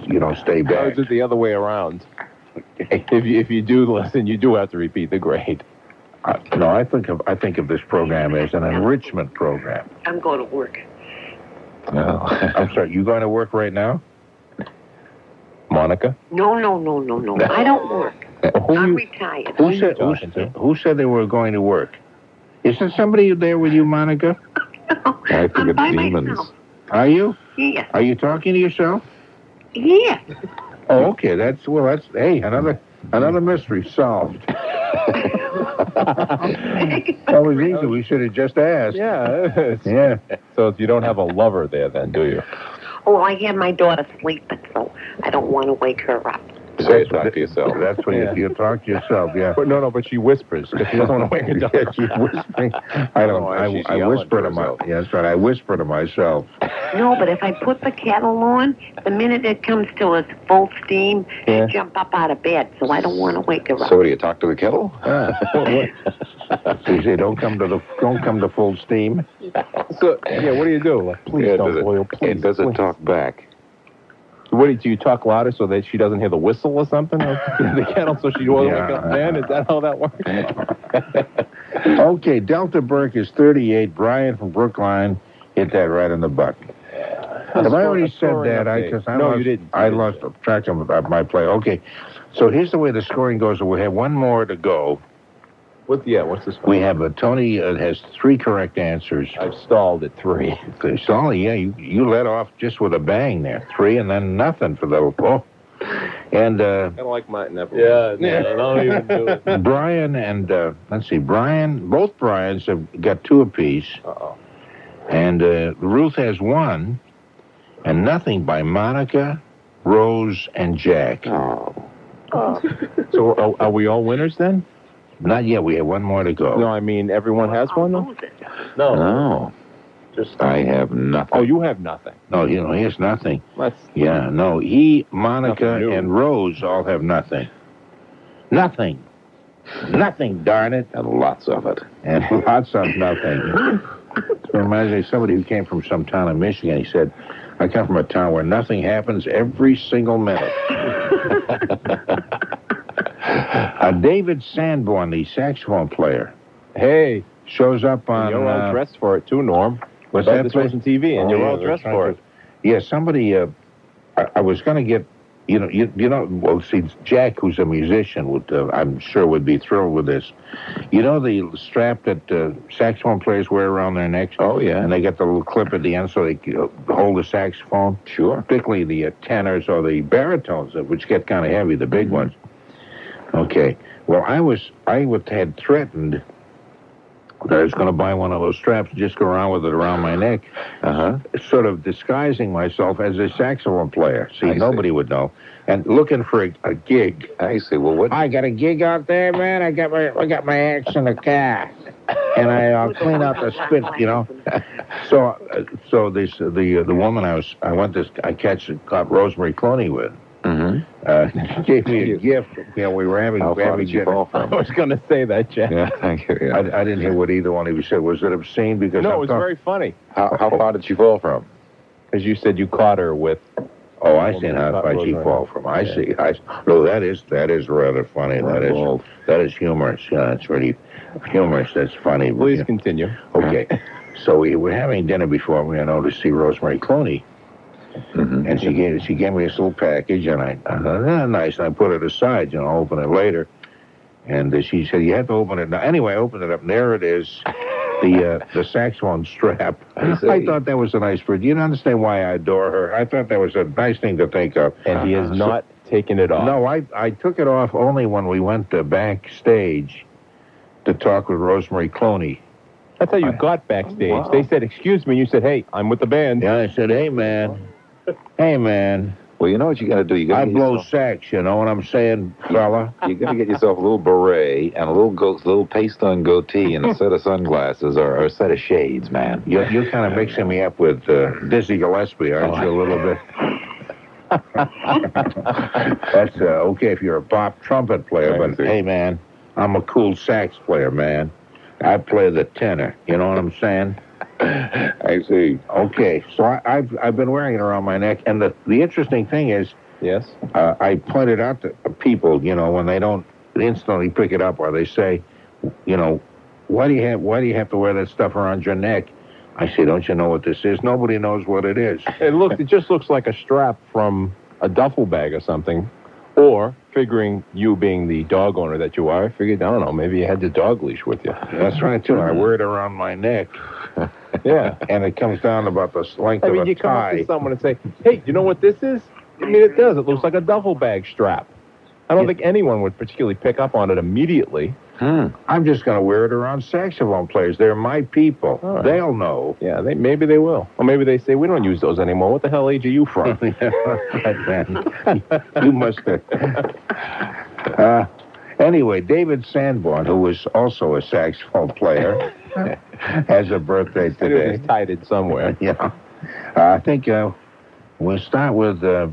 S2: you know, stay
S9: Or
S2: back.
S9: is it the other way around? If you, if you do listen, you do have to repeat the grade.
S2: Uh, no, I think of I think of this program as an enrichment program.
S5: I'm going to work.
S2: I'm sorry, you going to work right now?
S9: Monica?
S5: No, no, no, no, no. I don't work. I'm
S2: Who,
S5: retired.
S2: who said who,
S9: talking to?
S2: who said they were going to work? Is there somebody there with you, Monica?
S7: I think
S5: I'm
S7: it's
S5: by
S7: demons.
S5: myself.
S2: Are you?
S5: Yeah.
S2: Are you talking to yourself?
S5: Yeah.
S2: Oh, okay. That's well. That's hey, another another mystery solved. That was easy. We should have just asked.
S9: Yeah.
S2: Yeah.
S9: so if you don't have a lover there, then do you?
S5: oh, I had my daughter sleeping, so I don't want to wake her up.
S7: Say it talk to yourself.
S2: That's when
S9: Yeah.
S2: you, you talk to yourself. Yeah.
S9: But no, no, but she whispers because she doesn't want to wake her
S2: Yeah,
S9: up.
S2: she's whispering. I don't.
S7: Oh,
S2: I,
S7: she's
S2: I
S7: yelling
S2: whisper to
S7: to
S2: my.
S7: herself.
S2: Yeah, that's right. I whisper to myself.
S5: No, but if I put the kettle on, the minute it comes to its full steam,
S9: Yeah.
S5: I jump up out of bed, so I don't want to wake her up.
S7: So, do you talk to the kettle?
S2: So you say, Ah. "Don't come to the. Don't come to full steam."
S9: So, yeah, what do you do? Like, please
S7: Yeah, does
S9: don't
S7: it-
S9: boil. Please.
S7: it doesn't
S9: please.
S7: talk back.
S9: What do you, do you talk louder so that she doesn't hear the whistle or something? Or the kettle so she won't wake up then? Is that how that works?
S2: Okay. Delta Burke is 38. Brian from Brookline hit that right in the buck. Have I already said
S9: Scoring
S2: that? I
S9: update.
S2: because I
S9: no,
S2: lost,
S9: you didn't.
S2: I lost track of of my play. Okay. So here's the way the scoring goes. We have one more to go.
S9: What, yeah, what's this?
S2: We have a Tony uh, has three correct answers.
S9: I've stalled at three.
S2: Sully, yeah, you, you let off just with a bang there. Three and then nothing for the. Oh. And uh,
S9: Kind of like Martin Everett.
S8: Yeah, no, don't even do it.
S2: Brian and, uh, let's see, Brian, both Brian's have got two apiece.
S9: Uh-oh.
S2: And uh, Ruth has one. And nothing by Monica, Rose, and Jack.
S7: Oh.
S9: So are, are we all winners then?
S2: Not yet. We have one more to go.
S9: No, I mean everyone has one. Though?
S3: No.
S2: No.
S3: Just-
S2: I have nothing.
S9: Oh, you have nothing.
S2: No, you know, he has nothing.
S9: That's
S2: Yeah, no. He, Monica,
S9: Nothing new.
S2: and Rose all have nothing. Nothing. Nothing, darn it.
S7: And lots of it.
S2: And lots of nothing. It reminds me of somebody who came from some town in Michigan. He said, I come from a town where nothing happens every single minute. uh, David Sanborn, the saxophone player,
S9: hey,
S2: shows up on.
S9: and you're all
S2: uh,
S9: dressed for it too, Norm.
S2: what's
S9: Saw
S2: that
S9: this
S2: place?
S9: was on TV,
S2: Oh,
S9: and you're
S2: yeah,
S9: all
S2: that's
S9: dressed
S2: right.
S9: for it.
S2: Yeah, somebody. Uh, I, I was going to get, you know, you, you know. Well, see, Jack, who's a musician, would uh, I'm sure would be thrilled with this. You know the strap that uh, saxophone players wear around their necks.
S7: Oh, yeah.
S2: and they got the little clip at the end so they can, uh, hold the saxophone. Sure. Particularly the uh, tenors or the baritones, uh, which get kind of heavy, the
S7: Mm-hmm.
S2: big ones. Okay. Well, I was I would, had threatened that I was going to buy one of those straps, and just go around with it around my neck
S7: Uh huh.
S2: sort of disguising myself as a saxophone player. See,
S7: I see.
S2: nobody would know. And looking for a, a gig.
S7: I see. Well, what?
S2: I got a gig out there, man. I got my I got my axe in the car, and I uh, clean out the spit, you know. So, uh, so this the uh, the woman I was I went this I catch caught Rosemary Clooney with.
S9: Mm-hmm.
S7: Mhm.
S2: Uh, gave me a gift. You know, we were having
S7: How far
S2: having
S7: did you
S2: dinner.
S7: fall
S9: I
S7: from?
S9: was going to say that, Jack.
S7: yeah, thank you.
S2: I,
S7: Yeah.
S2: I didn't hear what either one of you said. Was it obscene? Because
S9: No,
S2: I'm
S9: it was
S2: talk-
S9: very funny
S7: How, how far did you fall from?
S9: because you said you caught her with.
S2: Oh, I see
S9: Well,
S2: how
S9: that
S2: far
S9: was
S2: she
S9: right.
S2: fall from. I see. I no, that is that is rather funny. That is
S7: Well,
S2: that is humorous. Yeah, it's really humorous. That's funny. but,
S9: Please
S2: yeah.
S9: continue.
S2: Okay. So we were having dinner before we went over to see Rosemary Clooney,
S7: mhm.
S2: and she gave she gave me this little package, and I, I thought, ah, nice. And I put it aside, you know, I'll open it later. And uh, she said, you have to open it now. Anyway, I opened it up, and there it is, the uh, the saxophone strap.
S7: I see.
S2: I thought that was a nice bird. You don't understand why I adore her. I thought that was a nice thing to think of.
S9: And he has not taken it off.
S2: Uh-huh. No, I, I took it off only when we went to backstage to talk with Rosemary Clooney.
S9: That's how you got backstage. They said, "Excuse me." You said, "Hey, I'm with the band."
S2: Yeah, I said, hey, man. Hey, man.
S7: Well, you know what you got to do. You got
S2: I
S7: to
S2: blow sax, you know what I'm saying, fella?
S7: you got to get yourself a little beret and a little go- little paste on goatee and a set of sunglasses or, or a set of shades, man.
S2: You're, you're kind of mixing me up with uh, Dizzy Gillespie, aren't you, a little bit? That's uh, okay if you're a pop trumpet player, but hey, man, I'm a cool sax player, man. I play the tenor, you know what I'm saying?
S7: I see.
S2: Okay, so I, I've I've been wearing it around my neck, and the the interesting thing is,
S9: Yes.
S2: uh, I pointed out to people, you know, when they don't instantly pick it up, or they say, you know, why do you have why do you have to wear that stuff around your neck? I say, don't you know what this is? Nobody knows what it is.
S9: It looks. It just looks like a strap from a duffel bag or something. Or figuring you being the dog owner that you are, I figured I don't know. Maybe you had the dog leash with you.
S2: That's right too. I wear it around my neck,
S9: Yeah.
S2: and it comes down about the length
S9: I
S2: of
S9: mean,
S2: a
S9: you come up
S2: tie.
S9: to someone and say, "Hey, you know what this is?" I mean, it does. It looks like a duffel bag strap. I don't think anyone would particularly pick up on it immediately.
S7: Hmm.
S2: I'm just going to wear it around saxophone players. They're my people.
S9: All right.
S2: They'll know.
S9: Yeah, they maybe they will, or maybe they say we don't use those anymore. What the hell age are you from?
S2: Right, man. you must have. Uh, anyway, David Sanborn, who was also a saxophone player, has a birthday today.
S9: It's tied it somewhere.
S2: Yeah. Uh, I think uh, we'll start with, uh,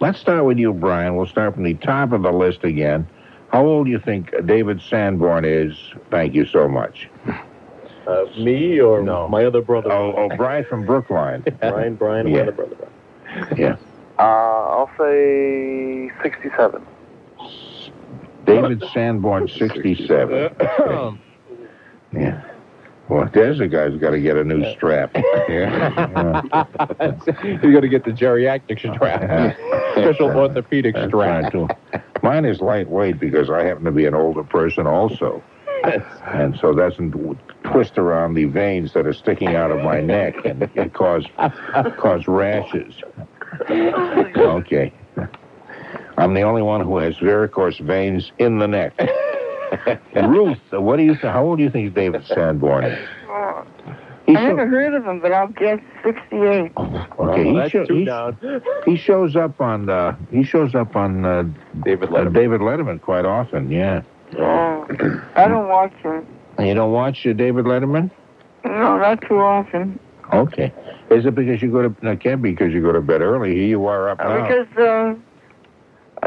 S2: let's start with you, Brian. We'll start from the top of the list again. How old do you think David Sanborn is? Thank you so much.
S3: Uh, me or
S9: No. Oh.
S3: my other brother?
S2: Oh, oh Brian from Brookline.
S3: Brian, Brian, and
S2: Yeah.
S3: my other brother. Brian.
S6: Uh, I'll say 67.
S2: David Sanborn, 67. Yeah. Well, there's a guy who's got to get a new strap. Yeah.
S9: you got to get the geriatric strap, special orthopedic
S2: That's
S9: strap.
S2: right, too. Mine is lightweight because I happen to be an older person also. And so that's doesn't twist around the veins that are sticking out of my neck and it cause cause rashes. Okay. I'm the only one who has varicose veins in the neck. Ruth, what do you? How old do you think David Sanborn is?
S4: Oh,
S2: He
S4: I never heard of him, but I'll guess 68.
S2: Okay,
S9: Well,
S2: he,
S9: that's
S2: sho-
S9: two
S2: he-
S9: down.
S2: he shows up on uh, he shows up on uh,
S9: David
S2: uh,
S9: Letterman.
S2: David Letterman quite often. Yeah,
S4: Oh, I don't watch it.
S2: You don't watch uh, David Letterman?
S4: No, not too often.
S2: Okay. Is it because you go to? No, it can't be because you go to bed early. Here you are up now.
S4: Because uh,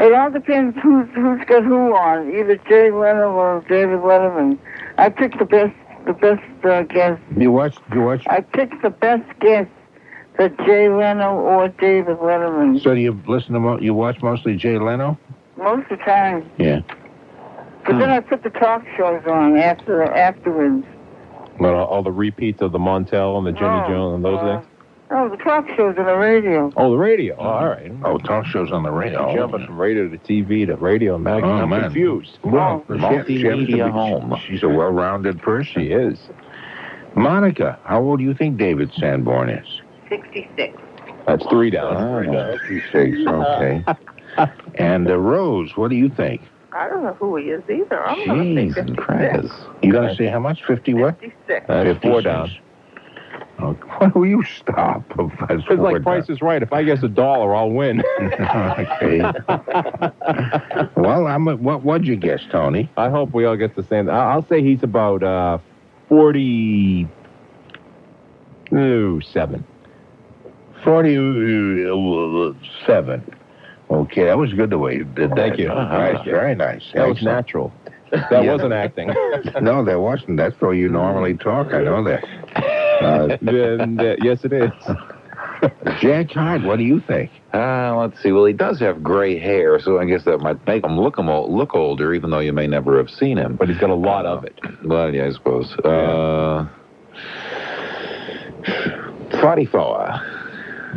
S4: it all depends who's, who's got who on, either Jay Leno or David Letterman. I picked the best, the best uh, guest.
S2: You watch? You watch?
S4: I picked the best guest for Jay Leno or David Letterman
S2: So do you listen to? Mo- you watch mostly Jay Leno?
S4: most of the time.
S2: Yeah.
S4: But then I put the talk shows on after afterwards.
S9: But all, all the repeats of the Montel and the Jimmy Jones and those things.
S4: Oh, the talk shows on the radio.
S9: Oh, the radio. Oh, all right.
S2: Oh, talk shows on the radio.
S3: Oh.
S9: You're jumping from radio to TV to radio and magazine.
S2: Oh,
S9: I'm
S2: man.
S9: confused.
S4: Oh,
S2: Well, she- she happens to be-
S7: Multimedia home.
S2: She's a well-rounded person.
S9: She is.
S2: Monica, how old do you think David Sanborn is?
S5: 66.
S9: That's three
S2: Oh,
S9: down.
S2: Six. Okay. and uh, Rose, what do you think?
S11: I don't know who he is either.
S2: Oh,
S11: I'm going to
S7: Jeez
S11: say 56.
S2: You gonna say how much? Fifty what?
S11: 56.
S2: Uh,
S9: That's four
S2: 56.
S9: down.
S2: Oh, why will you stop? That's
S9: It's
S2: four
S9: like Price is Right. If I guess a dollar, I'll win.
S2: down. okay. well, I'm. A, what? What'd you guess, Tony?
S9: I hope we all get the same. I- I'll say he's about uh, 40. Ooh, seven.
S2: Forty-seven. uh, Okay, that was good the way you did that.
S9: Thank you. Uh-huh.
S2: Nice, very nice.
S9: That was
S2: Excellent.
S9: natural. That wasn't acting.
S2: No, there wasn't. That's the way you normally talk. I know that. Uh,
S9: Then, uh, yes, it is.
S2: Jack Hyde, what do you think?
S7: Uh, let's see. Well, he does have gray hair, so I guess that might make him look him o- look older, even though you may never have seen him.
S9: But he's got a lot of it.
S7: Well, yeah, I suppose. Uh, Forty-four.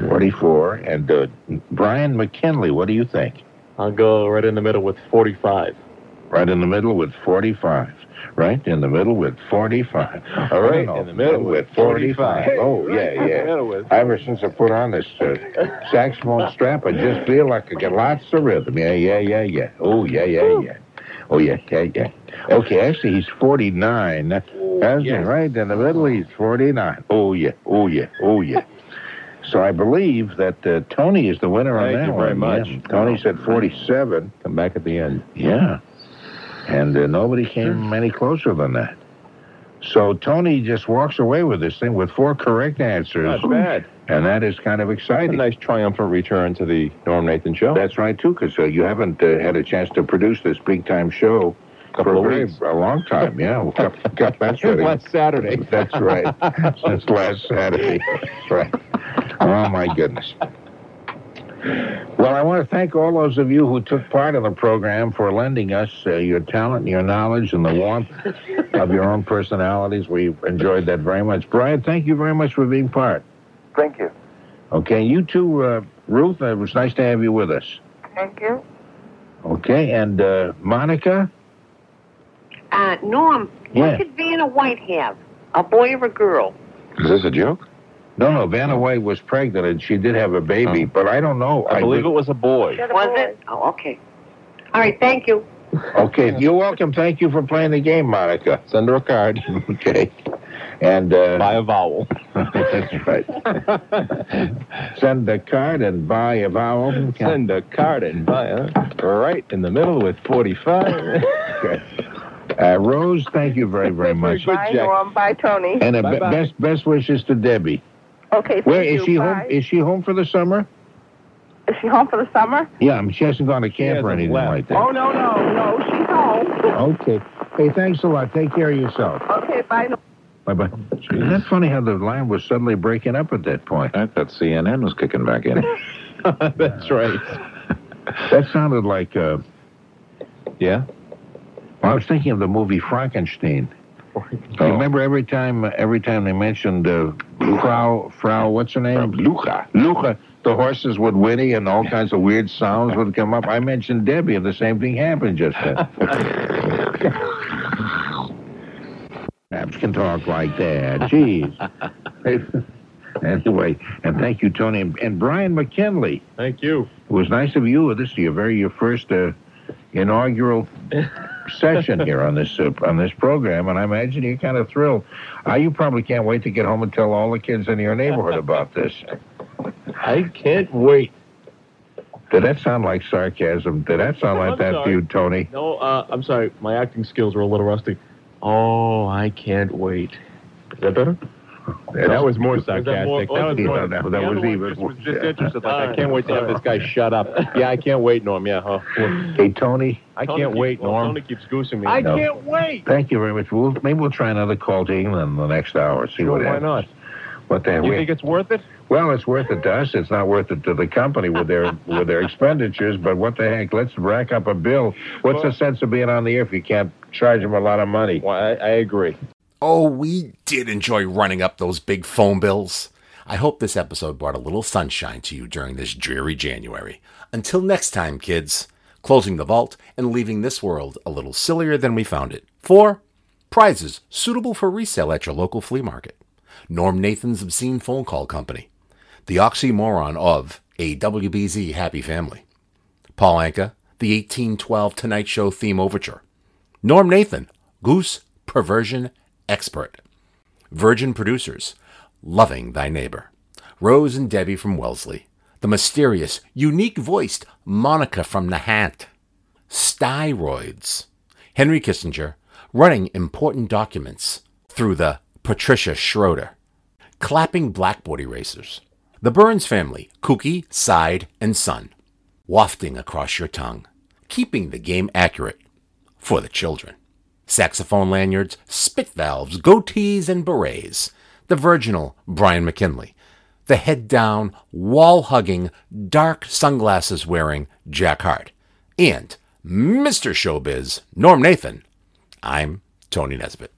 S2: Forty-four. And uh, Brian McKinley, what do you think?
S8: I'll go right in the middle with 45.
S2: Right in the middle with 45. Right in the middle with 45. All
S9: Right
S2: right,
S9: in the middle with 45.
S2: Oh,
S9: Right in
S2: yeah,
S9: the
S2: yeah.
S9: middle with-
S2: Ever since I put on this uh, saxophone strap, I just feel like I got lots of rhythm. Yeah, yeah, yeah, yeah. Oh, yeah, yeah, yeah. Oh, yeah, yeah, yeah. Okay, actually, he's 49. That's
S9: Oh, yes.
S2: right in the middle. He's 49. Oh, yeah, oh, yeah, oh, yeah. So I believe that uh, Tony is the winner on
S9: Thank
S2: that
S9: you
S2: one.
S9: very much.
S2: yeah. Tony said 47.
S9: Come back at the end.
S2: Yeah. And uh, nobody came any closer than that. So Tony just walks away with this thing with four correct answers.
S9: Not bad.
S2: And that is kind of
S9: A
S2: exciting.
S9: nice triumphant return to the Norm Nathan show.
S2: That's right, too, because uh, you haven't uh, had a chance to produce this big time show
S9: Couple
S2: for
S9: of
S2: a, very,
S9: weeks.
S2: a long time. Yeah. Well, cup- cup- that's right.
S9: last Saturday.
S2: That's right. Since last Saturday. That's right. Oh, my goodness. Well, I want to thank all those of you who took part in the program for lending us uh, your talent, your knowledge, and the warmth of your own personalities. We enjoyed that very much. Brian, thank you very much for being part.
S6: Thank you.
S2: Okay, you too, uh, Ruth. It was nice to have you with us.
S4: Thank you.
S2: Okay, and uh, Monica?
S5: Uh, Norm,
S2: Yeah.
S5: what did Vanna White have? A boy or a girl?
S7: Is this a joke?
S2: No, no, Vanna White was pregnant and she did have a baby, but I don't know.
S9: Oh. I believe it was a boy.
S5: Was it? Oh, okay. All right, thank you.
S2: Okay, you're welcome. Thank you for playing the game, Monica.
S9: Send her a card.
S2: Okay. And uh,
S9: Buy a vowel.
S2: that's right. Send a card and buy a vowel.
S9: Send a card and buy a right in the middle with 45.
S2: Okay. Uh, Rose, thank you very, very much.
S9: Good
S11: Bye,
S9: Jack.
S11: Norm. Bye, Tony.
S2: And uh, be-
S9: Bye-bye.
S2: best best wishes to Debbie.
S11: Okay, thank
S2: Where
S11: you.
S2: is she
S11: Bye.
S2: home? Is she home for the summer?
S11: Is she home for the summer?
S2: Yeah, I mean, she hasn't gone to camp
S9: hasn't
S2: or anything
S9: left.
S2: like
S11: Oh,
S2: that.
S11: no, no, no. She's home.
S2: Okay. Hey, thanks a lot. Take care of yourself.
S11: Okay, bye, Norm.
S2: Bye bye. Isn't that funny how the line was suddenly breaking up at that point?
S7: I thought CNN was kicking back in.
S9: That's right.
S2: That sounded like uh,
S9: Yeah.
S2: Well, I was thinking of the movie Frankenstein. You remember every time uh, every time they mentioned uh, Frau Frau what's her name?
S7: Ah,
S2: Lucha. Lucha. The horses would whinny and all kinds of weird sounds would come up. I mentioned Debbie and the same thing happened just then. Perhaps can talk like that. Jeez. anyway, and thank you, Tony. And, and Brian McKinley.
S8: Thank you.
S2: It was nice of you. This is your very your first uh, inaugural session here on this uh, on this program, and I imagine you're kind of thrilled. Uh, you probably can't wait to get home and tell all the kids in your neighborhood about this.
S8: I can't wait.
S2: Did that sound like sarcasm? Did that sound like
S8: I'm
S2: that
S8: sorry.
S2: dude, Tony?
S8: No, uh, I'm sorry. My acting skills were a little rusty. Oh, I can't wait. Is that better? that was more sarcastic. That, was
S9: Yeah,
S8: more.
S9: that- that
S8: the
S9: was
S8: other one
S9: even
S8: just
S9: worse.
S8: was disinterested, like,
S9: I can't wait to have this guy shut up. Yeah, I can't wait, Norm. Yeah, huh?
S2: Hey, Tony.
S9: I
S8: Tony
S9: can't
S8: keeps-
S9: wait,
S8: well,
S9: Norm.
S8: Tony keeps goosing me.
S9: I
S2: No.
S9: can't wait.
S2: Thank you very much. We'll, maybe we'll try another call to England the next hour. See what
S9: why
S2: happens.
S9: not?
S2: What the
S9: You
S2: we-
S9: think it's worth it?
S2: Well, it's worth it to us. It's not worth it to the company with their with their expenditures. But what the heck? Let's rack up a bill. What's the sense of being on the air if you can't charge them a lot of money?
S9: Well, I, I agree.
S1: Oh, we did enjoy running up those big phone bills. I hope this episode brought a little sunshine to you during this dreary January. Until next time, kids, closing the vault and leaving this world a little sillier than we found it. Four prizes suitable for resale at your local flea market. Norm Nathan's Obscene Phone Call Company. The Oxymoron of a WBZ Happy Family. Paul Anka, the 1812 Tonight Show theme overture. Norm Nathan, Goose Perversion Expert. Virgin Producers, Loving Thy Neighbor. Rose and Debbie from Wellesley. The mysterious, unique voiced Monica from Nahant. Styroids. Henry Kissinger, running important documents through the Patricia Schroeder. Clapping Blackboard Erasers. The Burns Family, Kooky, Side, and Son. Wafting across your tongue. Keeping the game accurate for the children. Saxophone lanyards, spit valves, goatees, and berets. The virginal Brian McKinley. The head down, wall hugging, dark sunglasses wearing Jack Hart. And Mr. Showbiz, Norm Nathan. I'm Tony Nesbitt.